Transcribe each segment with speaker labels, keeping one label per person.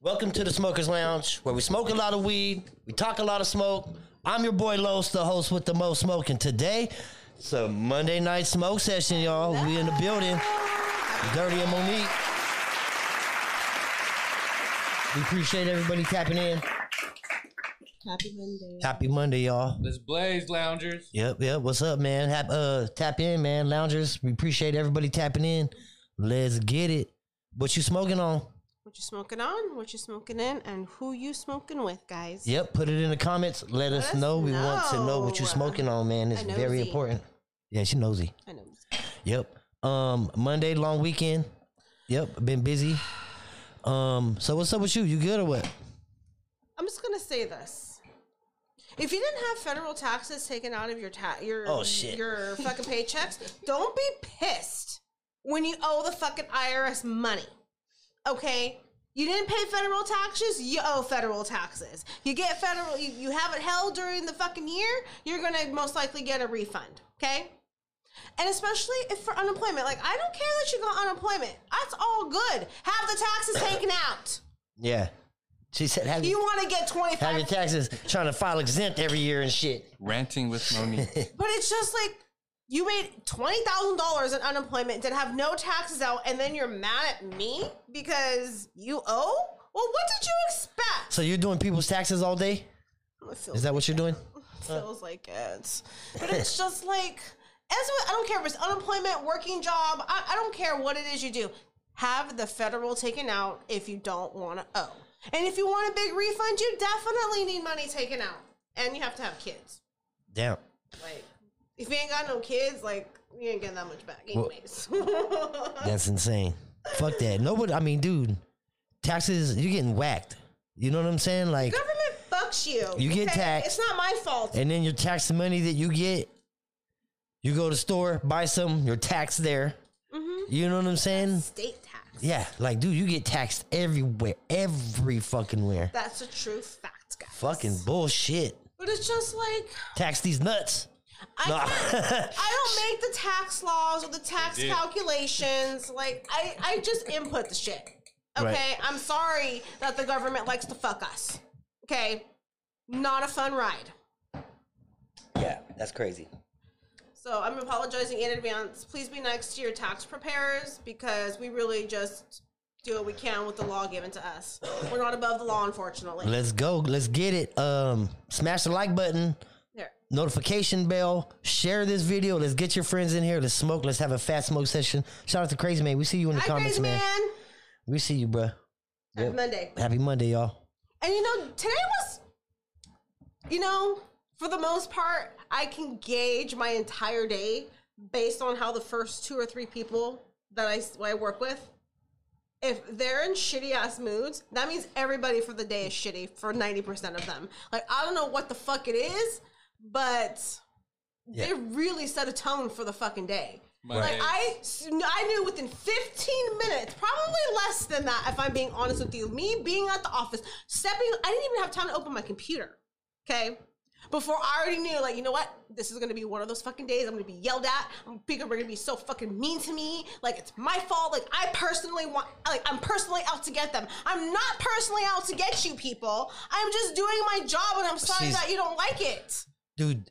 Speaker 1: welcome to the Smokers Lounge, where we smoke a lot of weed, we talk a lot of smoke. I'm your boy Los, the host with the most smoking. Today, it's a Monday night smoke session, y'all. We in the building. Dirty and Monique. We appreciate everybody tapping in.
Speaker 2: Happy Monday.
Speaker 1: Happy Monday, y'all.
Speaker 3: Let's blaze, loungers.
Speaker 1: Yep, yep. What's up, man? Hap, uh, tap in, man. Loungers, we appreciate everybody tapping in. Let's get it. What you smoking on?
Speaker 2: What you smoking on? What you smoking in? And who you smoking with, guys?
Speaker 1: Yep, put it in the comments. Let, us,
Speaker 2: us
Speaker 1: know. We want to know what you're
Speaker 2: know.
Speaker 1: smoking on, man. It's
Speaker 2: I
Speaker 1: very
Speaker 2: nosy.
Speaker 1: important. Yeah, she nosy.
Speaker 2: I know.
Speaker 1: Yep. Um, Monday, long weekend. Yep, been busy. Um, so what's up with you? You good or what?
Speaker 2: I'm just gonna say this. If you didn't have federal taxes taken out of your ta- your
Speaker 1: Oh, shit.
Speaker 2: your fucking paychecks, don't be pissed when you owe the fucking IRS money. Okay? You didn't pay federal taxes, you owe federal taxes. You get federal you, you have it held during the fucking year, you're gonna most likely get a refund, okay? And especially if for unemployment. Like I don't care that you got unemployment. That's all good. Have the taxes taken out.
Speaker 1: Yeah. She said, have
Speaker 2: You
Speaker 1: you
Speaker 2: wanna get twenty
Speaker 1: have
Speaker 2: five
Speaker 1: your taxes trying to file exempt every year and shit.
Speaker 3: Ranting with Monique.
Speaker 2: But it's just like you made twenty thousand dollars in unemployment, did have no taxes out, and then you're mad at me because you owe. Well, what did you expect?
Speaker 1: So you're doing people's taxes all day?
Speaker 2: It feels,
Speaker 1: Is that uh, what you're doing?
Speaker 2: feels like it, but it's just like as with, I don't care if it's unemployment, working job. I, I don't care what it is you do. Have the federal taken out if you don't want to owe, and if you want a big refund, you definitely need money taken out, and you have to have kids.
Speaker 1: Damn.
Speaker 2: Like, if you ain't got no kids, like, you ain't getting that much back,
Speaker 1: Well-
Speaker 2: anyways.
Speaker 1: That's insane. Fuck that. Nobody I mean, dude, taxes, you're getting whacked. You know what I'm saying? Like
Speaker 2: Government fucks you.
Speaker 1: You get taxed.
Speaker 2: It's not my fault.
Speaker 1: And then your tax money that you get, you go to store, buy some, you're taxed there.
Speaker 2: Mm-hmm.
Speaker 1: You know what I'm saying?
Speaker 2: State tax.
Speaker 1: Yeah, like dude, you get taxed everywhere, every fucking where.
Speaker 2: That's a true fact, guys.
Speaker 1: Fucking bullshit.
Speaker 2: But it's just like
Speaker 1: Tax these nuts.
Speaker 2: I
Speaker 1: No.
Speaker 2: can't, I don't make the tax laws or the tax
Speaker 3: You do.
Speaker 2: calculations. Like I, I just input the shit. Okay,
Speaker 1: Right.
Speaker 2: I'm sorry that the government likes to fuck us. Okay, not a fun ride.
Speaker 1: Yeah, that's crazy.
Speaker 2: So I'm apologizing in advance. Please be nice to your tax preparers because we really just do what we can with the law given to us. We're not above the law, unfortunately.
Speaker 1: Let's go. Let's get it. Um, smash the like button,
Speaker 2: There.
Speaker 1: notification bell, share this video. Let's get your friends in here. Let's smoke. Let's have a fat smoke session. Shout out to Crazy Man. We see you in the
Speaker 2: Hi,
Speaker 1: comments,
Speaker 2: crazy
Speaker 1: man.
Speaker 2: man.
Speaker 1: We see you, bruh.
Speaker 2: Happy
Speaker 1: Yep.
Speaker 2: Monday.
Speaker 1: Happy Monday, y'all.
Speaker 2: And you know, today was, you know, for the most part, I can gauge my entire day based on how the first two or three people that I, s- I work with, if they're in shitty ass moods, that means everybody for the day is shitty for 90% of them. Like, I don't know what the fuck it is, but
Speaker 1: Yeah.
Speaker 2: they really set a tone for the fucking day.
Speaker 3: Monday.
Speaker 2: Like I, s- I knew within 15 minutes, probably less than that, if I'm being honest with you, me being at the office, stepping, I didn't even have time to open my computer. Okay. Before I already knew, like, you know what? This is gonna be one of those fucking days. I'm gonna be yelled at. I'm- People are gonna be so fucking mean to me. Like, it's my fault. Like, I personally want, like, I'm personally out to get them. I'm not personally out to get you people. I'm just doing my job and I'm sorry
Speaker 1: She's-
Speaker 2: that you don't like it.
Speaker 1: dude,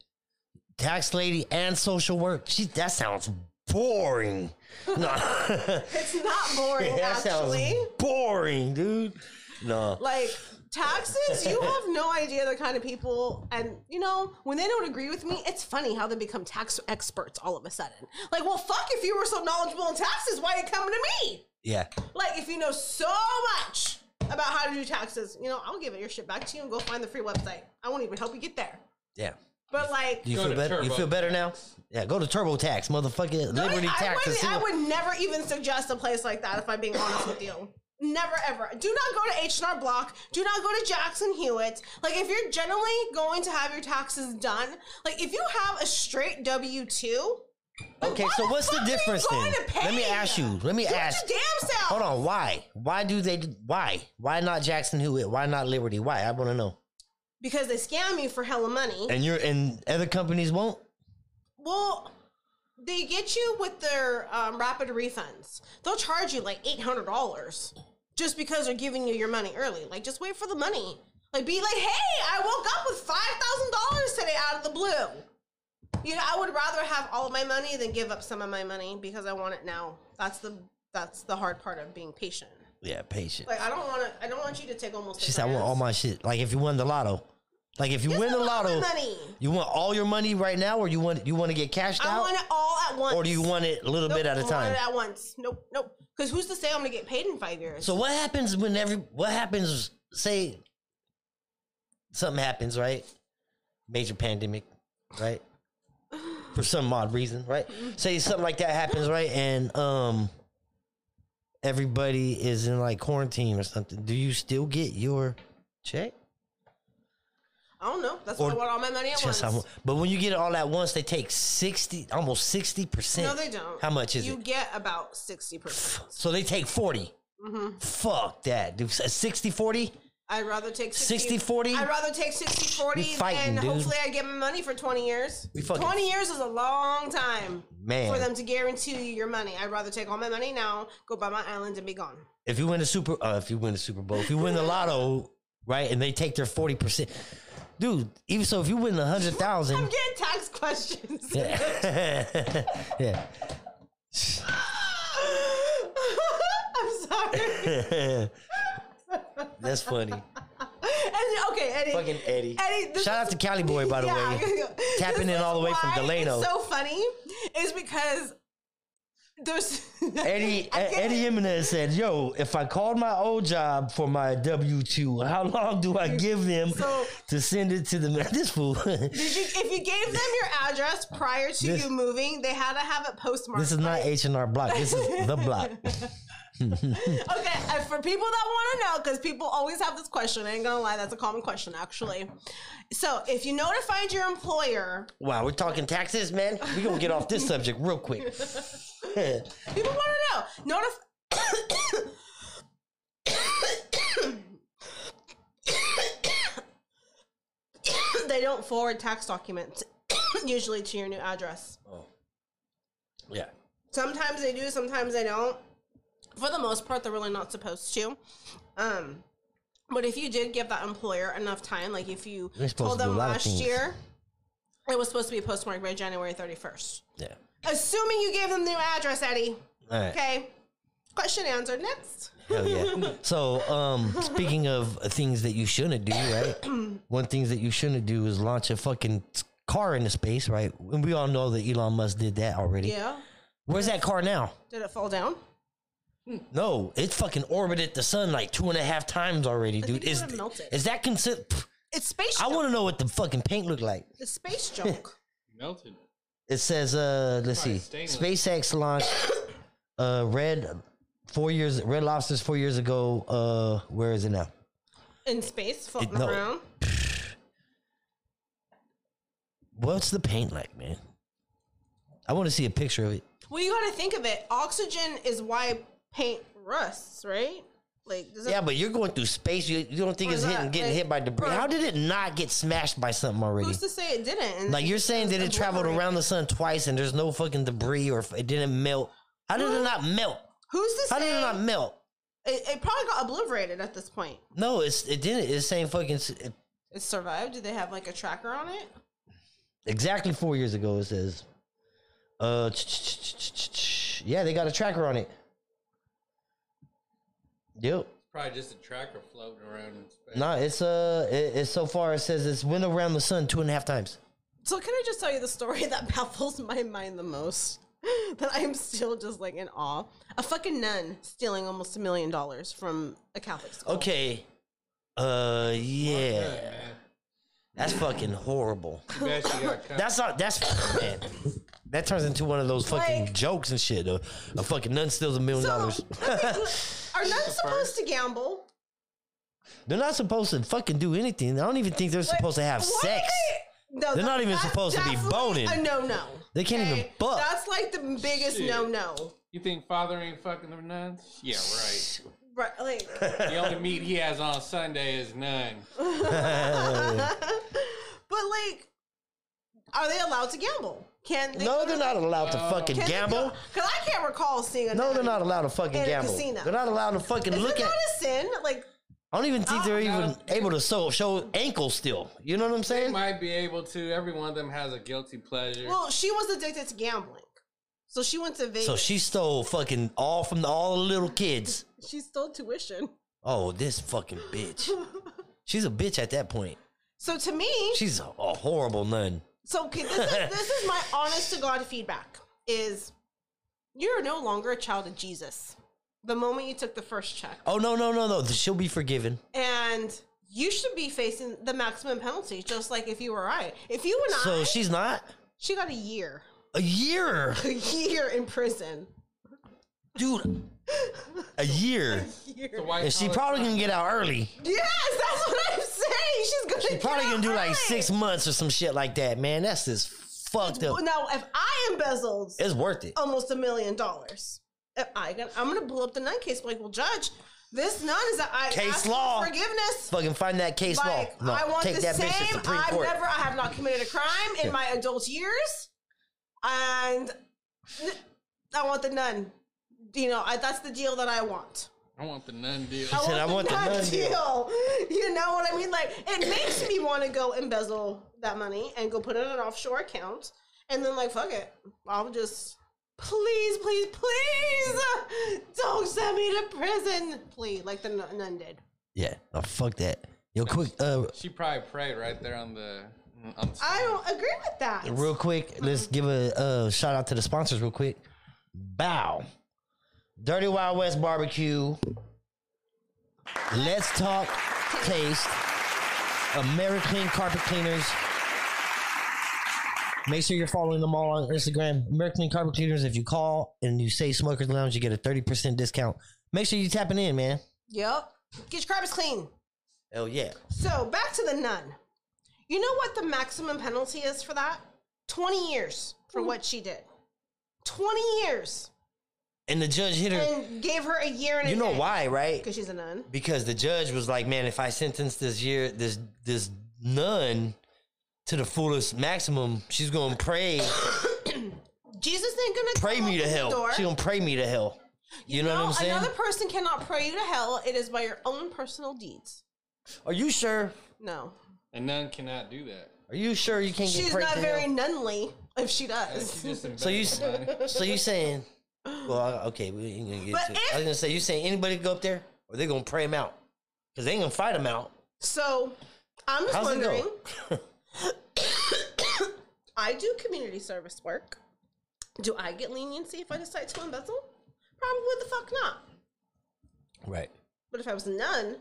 Speaker 1: tax lady and social work. She that sounds boring. No,
Speaker 2: It's not boring,
Speaker 1: that sounds
Speaker 2: Oh, actually.
Speaker 1: boring, dude. No,
Speaker 2: Like taxes, you have no idea the kind of people, and you know when they don't agree with me, it's funny how they become tax experts all of a sudden. Like, well, fuck, if you were so knowledgeable in taxes, why you coming to me?
Speaker 1: yeah,
Speaker 2: Like, if you know so much about how to do taxes, you know, I'll give it your shit back to you and go find the free website. I won't even help you get there.
Speaker 1: yeah.
Speaker 2: But like,
Speaker 1: Do you
Speaker 3: Go
Speaker 1: feel
Speaker 3: to
Speaker 1: better? You
Speaker 3: Turbo
Speaker 1: feel better now?
Speaker 3: Tax.
Speaker 1: Yeah, go to TurboTax, motherfucking
Speaker 2: I,
Speaker 1: Liberty
Speaker 2: I
Speaker 1: Tax. and
Speaker 2: wouldn't-
Speaker 1: see
Speaker 2: I
Speaker 1: what-
Speaker 2: would never even suggest a place like that if I'm being honest with you. Never ever. Do not go to H&R Block. Do not go to Jackson Hewitt. Like if you're generally going to have your taxes done, like if you have a straight W two,
Speaker 1: Okay, so what's the difference then? Let me ask you. Let me ask.
Speaker 2: Your damn self.
Speaker 1: Hold on. Why? Why do they? Why? Why not Jackson Hewitt? Why not Liberty? Why? I want to know.
Speaker 2: Because they scam you for hella money.
Speaker 1: And you're and other companies won't.
Speaker 2: Well, they get you with their um, rapid refunds. They'll charge you like eight hundred dollars just because they're giving you your money early. Like, just wait for the money. Like, be like, hey, I woke up with $5,000 today out of the blue. You know, I would rather have all of my money than give up some of my money because I want it now. That's the that's the hard part of being patient.
Speaker 1: Yeah, patient.
Speaker 2: Like I don't want to. I don't want you to take almost.
Speaker 1: She said, I want all my shit. Like if you won the lotto. Like if you win the lotto,
Speaker 2: money.
Speaker 1: you want all your money right now or you want you want to get cashed
Speaker 2: I
Speaker 1: out?
Speaker 2: want it all at once.
Speaker 1: or do you want it a little bit at a
Speaker 2: I want
Speaker 1: time?
Speaker 2: it at once. Nope, nope. Because who's to say I'm gonna get paid in five years?
Speaker 1: So what happens when every what happens say something happens, right? Major pandemic, right? For some odd reason, right? Say something like that happens, right? And um everybody is in like quarantine or something. Do you still get your check?
Speaker 2: I don't know. That's why I
Speaker 1: Or-
Speaker 2: want all my money at
Speaker 1: Just how mu-
Speaker 2: once.
Speaker 1: but when you get it all at once, they take sixty almost sixty percent.
Speaker 2: No, they don't.
Speaker 1: How much is
Speaker 2: you
Speaker 1: it?
Speaker 2: get about sixty percent.
Speaker 1: So they take 40
Speaker 2: Mm-hmm.
Speaker 1: Fuck that, dude. 60 40?
Speaker 2: I'd rather take 60,
Speaker 1: 60-40?
Speaker 2: I'd rather take 60 40
Speaker 1: We fighting,
Speaker 2: than
Speaker 1: dude.
Speaker 2: hopefully I get my money for 20 years.
Speaker 1: We fucking-
Speaker 2: 20 years is a long time
Speaker 1: Man.
Speaker 2: for them to guarantee you your money. I'd rather take all my money now, go buy my island, and be gone.
Speaker 1: if you win the super uh, if you win the Super Bowl, if you win the lotto, right, and they take their forty percent, dude. Even so, if you win a hundred
Speaker 2: I'm
Speaker 1: thousand,
Speaker 2: getting tax questions.
Speaker 1: yeah,
Speaker 2: I'm sorry.
Speaker 1: that's funny.
Speaker 2: And, okay, Eddie.
Speaker 1: Fucking Eddie.
Speaker 2: Eddie, this
Speaker 1: Shout out
Speaker 2: is-
Speaker 1: to Cali Boy, by the way. Tapping
Speaker 2: This
Speaker 1: in all the
Speaker 2: is
Speaker 1: way from
Speaker 2: why
Speaker 1: Delano.
Speaker 2: It's so funny is because there's
Speaker 1: Eddie
Speaker 2: I get
Speaker 1: Eddie
Speaker 2: it.
Speaker 1: Jimenez said, "Yo, if I called my old job for my W two, how long do I give them
Speaker 2: So-
Speaker 1: to send it to the this fool?
Speaker 2: Did you, if you gave them your address prior to
Speaker 1: This-
Speaker 2: you moving, they had to have it postmarked.
Speaker 1: this is not H and R Block. This is the Block.
Speaker 2: okay, and for people that want to know, because people always have this question, I ain't gonna lie, that's a common question actually. So if you notified your employer,
Speaker 1: Wow, we're talking taxes, man. We gonna get off this subject real quick."
Speaker 2: people want to know. Notif- they don't forward tax documents usually to your new address.
Speaker 1: Yeah.
Speaker 2: sometimes they do sometimes they don't for the most part they're really not supposed to um but if you did give that employer enough time like if you
Speaker 1: They're supposed
Speaker 2: told
Speaker 1: to do
Speaker 2: them
Speaker 1: a lot of
Speaker 2: last
Speaker 1: things.
Speaker 2: year it was supposed to be postmarked by january 31st
Speaker 1: Yeah.
Speaker 2: assuming you gave them the new address eddie
Speaker 1: All right.
Speaker 2: okay question answered next
Speaker 1: Hell yeah. so, um, speaking of things that you shouldn't do, right? One things that you shouldn't do is launch a fucking car into space, right? And we all know that Elon Musk did that already.
Speaker 2: yeah
Speaker 1: Where's that car now?
Speaker 2: did it fall down
Speaker 1: No, it fucking orbited the sun like two and a half times already, dude.
Speaker 2: think it
Speaker 1: Is
Speaker 2: would've melted.
Speaker 1: is that considered?
Speaker 2: it's space
Speaker 1: I
Speaker 2: junk.
Speaker 1: want to know what the fucking paint looked like.
Speaker 2: it's space junk
Speaker 3: Melted.
Speaker 1: It says, uh, let's see,
Speaker 3: Probably stainless.
Speaker 1: SpaceX launched uh red four years red lobsters four years ago. Uh, where is it now?
Speaker 2: in space floating
Speaker 1: no.
Speaker 2: around
Speaker 1: What's the paint like, man? I want to see a picture of it.
Speaker 2: well you gotta think of it oxygen is why paint rusts right like does it
Speaker 1: Yeah, but you're going through space. You, you don't think
Speaker 2: Or
Speaker 1: it's
Speaker 2: that,
Speaker 1: hitting, getting
Speaker 2: like,
Speaker 1: hit by debris.
Speaker 2: bro.
Speaker 1: How did it not get smashed by something already?
Speaker 2: who's to say it didn't And
Speaker 1: Like you're saying that it traveled
Speaker 2: obliterated.
Speaker 1: around the sun twice and there's no fucking debris or if it didn't melt. How did it not melt?
Speaker 2: Who's to
Speaker 1: How did
Speaker 2: say
Speaker 1: it not melt?
Speaker 2: it, it probably got obliterated at this point?
Speaker 1: No, it's it didn't. It's saying fucking s- it-
Speaker 2: It survived. Did they have like a tracker on it?
Speaker 1: exactly four years ago. It says, uh, ch- ch- ch- ch- ch- ch- yeah, they got a tracker on it. Yep.
Speaker 3: Probably just a tracker floating around in space.
Speaker 1: No, it's uh, it, it's so far. It says it's went around the sun two and a half times.
Speaker 2: So can I just tell you the story that baffles my mind the most? that I'm still just like in awe. A fucking nun stealing almost a million dollars from a Catholic school.
Speaker 1: Okay. Uh,
Speaker 3: Good,
Speaker 1: yeah,
Speaker 3: man.
Speaker 1: that's fucking horrible.
Speaker 3: You bet you got cut.
Speaker 1: That's not. That's man. That turns into one of those fucking
Speaker 2: Like-
Speaker 1: jokes and shit. A, a fucking nun steals a million
Speaker 2: So
Speaker 1: dollars.
Speaker 2: I mean, are nuns supposed to gamble?
Speaker 1: They're not supposed to fucking do anything. I don't even think they're supposed to have
Speaker 2: Why are
Speaker 1: sex.
Speaker 2: they- No,
Speaker 1: They're
Speaker 2: that-
Speaker 1: not even
Speaker 2: that's
Speaker 1: supposed to be
Speaker 2: definitely
Speaker 1: boning.
Speaker 2: A no, no.
Speaker 1: They can't even fuck.
Speaker 2: That's like the biggest
Speaker 3: Shit.
Speaker 2: no, no.
Speaker 3: You think father ain't fucking the nuns? Yeah, right.
Speaker 2: Right, like
Speaker 3: The only meat he has on Sunday is none.
Speaker 2: but like, are they allowed to gamble? Can they
Speaker 1: No, they're not allowed to fucking
Speaker 2: can they
Speaker 1: gamble.
Speaker 2: go- Cause I can't recall seeing a.
Speaker 1: No,
Speaker 2: nun.
Speaker 1: they're not allowed to fucking
Speaker 2: In a
Speaker 1: gamble.
Speaker 2: casino.
Speaker 1: They're not allowed to fucking
Speaker 2: Is
Speaker 1: look
Speaker 2: it
Speaker 1: at.
Speaker 2: not a sin? Like
Speaker 1: I don't even think
Speaker 2: Oh,
Speaker 1: they're
Speaker 3: no.
Speaker 1: even able to show, show ankles still. You know what I'm
Speaker 3: They
Speaker 1: saying?
Speaker 3: might be able to. Every one of them has a guilty pleasure.
Speaker 2: Well, she was addicted to gambling. So she went to Vegas.
Speaker 1: So she stole fucking all from the, all the little kids.
Speaker 2: she stole tuition.
Speaker 1: Oh, this fucking bitch. She's a bitch at that point.
Speaker 2: So to me,
Speaker 1: She's a, a horrible nun.
Speaker 2: so okay, this is this is my honest to God feedback is you're no longer a child of Jesus. The moment you took the first check.
Speaker 1: Oh no no no no! She'll be forgiven.
Speaker 2: And you should be facing the maximum penalty, just like if you were I. If you and
Speaker 1: So
Speaker 2: I
Speaker 1: she's not
Speaker 2: she got a year.
Speaker 1: a year,
Speaker 2: A year in prison.
Speaker 1: dude. A year,
Speaker 3: The white
Speaker 1: and she
Speaker 2: Oh,
Speaker 3: collar
Speaker 1: probably
Speaker 3: crime.
Speaker 1: gonna get out early.
Speaker 2: Yes, that's what I'm saying. She's gonna
Speaker 1: She probably
Speaker 2: get
Speaker 1: gonna do
Speaker 2: out
Speaker 1: like
Speaker 2: early.
Speaker 1: six months or some shit like that. Man, that's just fucked up.
Speaker 2: Now, if I embezzled
Speaker 1: It's worth it.
Speaker 2: almost a million dollars. If I got, I'm gonna pull up the nun case. be Like, well, judge, this nun is that I
Speaker 1: Case
Speaker 2: asked for
Speaker 1: law.
Speaker 2: forgiveness.
Speaker 1: Fucking find that case law.
Speaker 2: Like,
Speaker 1: No,
Speaker 2: I want
Speaker 1: take
Speaker 2: the
Speaker 1: that
Speaker 2: same.
Speaker 1: bitch to Supreme
Speaker 2: I've
Speaker 1: Court.
Speaker 2: never, I have not committed a crime in my adult years, and I want the nun. You know, I, that's the deal that I want.
Speaker 3: I want the nun deal.
Speaker 2: I
Speaker 1: said, "I want the
Speaker 2: nun
Speaker 1: nun deal."
Speaker 2: You know what I mean? Like, it makes me want to go embezzle that money and go put it in an offshore account, and then like, fuck it, I'll just. Please, please, please, don't send me to prison, please, like the nun nun did.
Speaker 1: Yeah, no, fuck that. Yo, quick, uh,
Speaker 3: She probably prayed right there on the. On the
Speaker 2: I don't agree with that.
Speaker 1: real quick, let's give a uh, shout out to the sponsors real quick. Bow, Dirty Wild West Barbecue. Let's talk taste. American Carpet Cleaners. Make sure you're following them all on Instagram. American Carpet Cleaners. If you call and you say Smokers Lounge, you get a thirty percent discount. Make sure you tapping in, man.
Speaker 2: Yep. Get your carpets clean.
Speaker 1: Oh yeah.
Speaker 2: So back to the nun. You know what the maximum penalty is for that? 20 years
Speaker 1: Hmm.
Speaker 2: for what she did. 20 years.
Speaker 1: And the judge hit her.
Speaker 2: And gave her a year and a
Speaker 1: You know why, right?
Speaker 2: Because she's a nun.
Speaker 1: because the judge was like, "Man, if I sentence this year this this nun to the fullest maximum, she's gonna pray
Speaker 2: Jesus ain't gonna
Speaker 1: pray
Speaker 2: come
Speaker 1: me to
Speaker 2: open the
Speaker 1: hell.
Speaker 2: door.
Speaker 1: She gonna pray me to hell. You, know,
Speaker 2: No,
Speaker 1: what I'm saying?
Speaker 2: Another person cannot pray you to hell. It is by your own personal deeds.
Speaker 1: Are you sure?
Speaker 2: No.
Speaker 3: A nun cannot do that.
Speaker 1: Are you sure you can't get
Speaker 2: She's
Speaker 1: prayed
Speaker 2: not
Speaker 1: to
Speaker 2: very
Speaker 1: hell?
Speaker 2: nunly if she
Speaker 3: She
Speaker 2: does.
Speaker 3: just
Speaker 1: So you s-
Speaker 3: embezzled money.
Speaker 1: so you saying? Well, I- okay, we ain't gonna get
Speaker 2: But
Speaker 1: to it. I was
Speaker 2: if-
Speaker 1: gonna say you saying anybody go up there or they gonna pray him out because they ain't gonna fight him out.
Speaker 2: So I'm just
Speaker 1: How's it
Speaker 2: wondering.
Speaker 1: go?
Speaker 2: I do community service work. Do I get leniency if I decide to embezzle? Probably the fuck not.
Speaker 1: Right.
Speaker 2: But if I was a nun,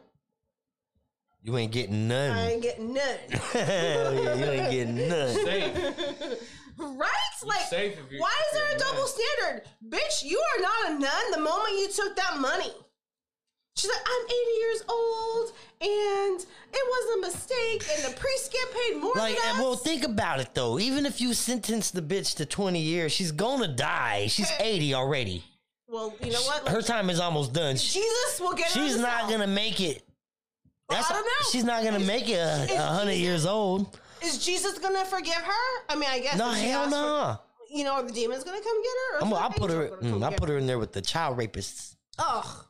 Speaker 1: You ain't getting none.
Speaker 2: I ain't getting none.
Speaker 1: Hell yeah, you ain't getting none.
Speaker 3: Safe.
Speaker 2: right? Like,
Speaker 3: safe if you're-
Speaker 2: why is there a
Speaker 3: you're a
Speaker 2: double
Speaker 3: nun.
Speaker 2: standard? Bitch, you are not a nun the moment you took that money. She's like, I'm 80 years old and it was a mistake and the priest get paid more
Speaker 1: Like,
Speaker 2: than
Speaker 1: and
Speaker 2: us.
Speaker 1: well, think about it though. Even if you sentence the bitch to 20 years, she's gonna die. She's 80 already.
Speaker 2: well, you know what? Like,
Speaker 1: Her time is almost done. She-
Speaker 2: Jesus will get her
Speaker 1: She's
Speaker 2: this
Speaker 1: not
Speaker 2: out.
Speaker 1: gonna make it. That's,
Speaker 2: I don't know.
Speaker 1: She's not gonna
Speaker 2: Is-
Speaker 1: make it a,
Speaker 2: is
Speaker 1: a hundred years old.
Speaker 2: Is Jesus gonna forgive her? I mean, I guess.
Speaker 1: No,
Speaker 2: if she
Speaker 1: hell
Speaker 2: asked
Speaker 1: no.
Speaker 2: for- you know, are the demons gonna come get
Speaker 1: I'm,
Speaker 2: her? Or is
Speaker 1: gonna-
Speaker 2: the
Speaker 1: I'll put her.
Speaker 2: angels gonna
Speaker 1: mm,
Speaker 2: come
Speaker 1: I'll
Speaker 2: get
Speaker 1: put her in there with the child rapists.
Speaker 2: Ugh,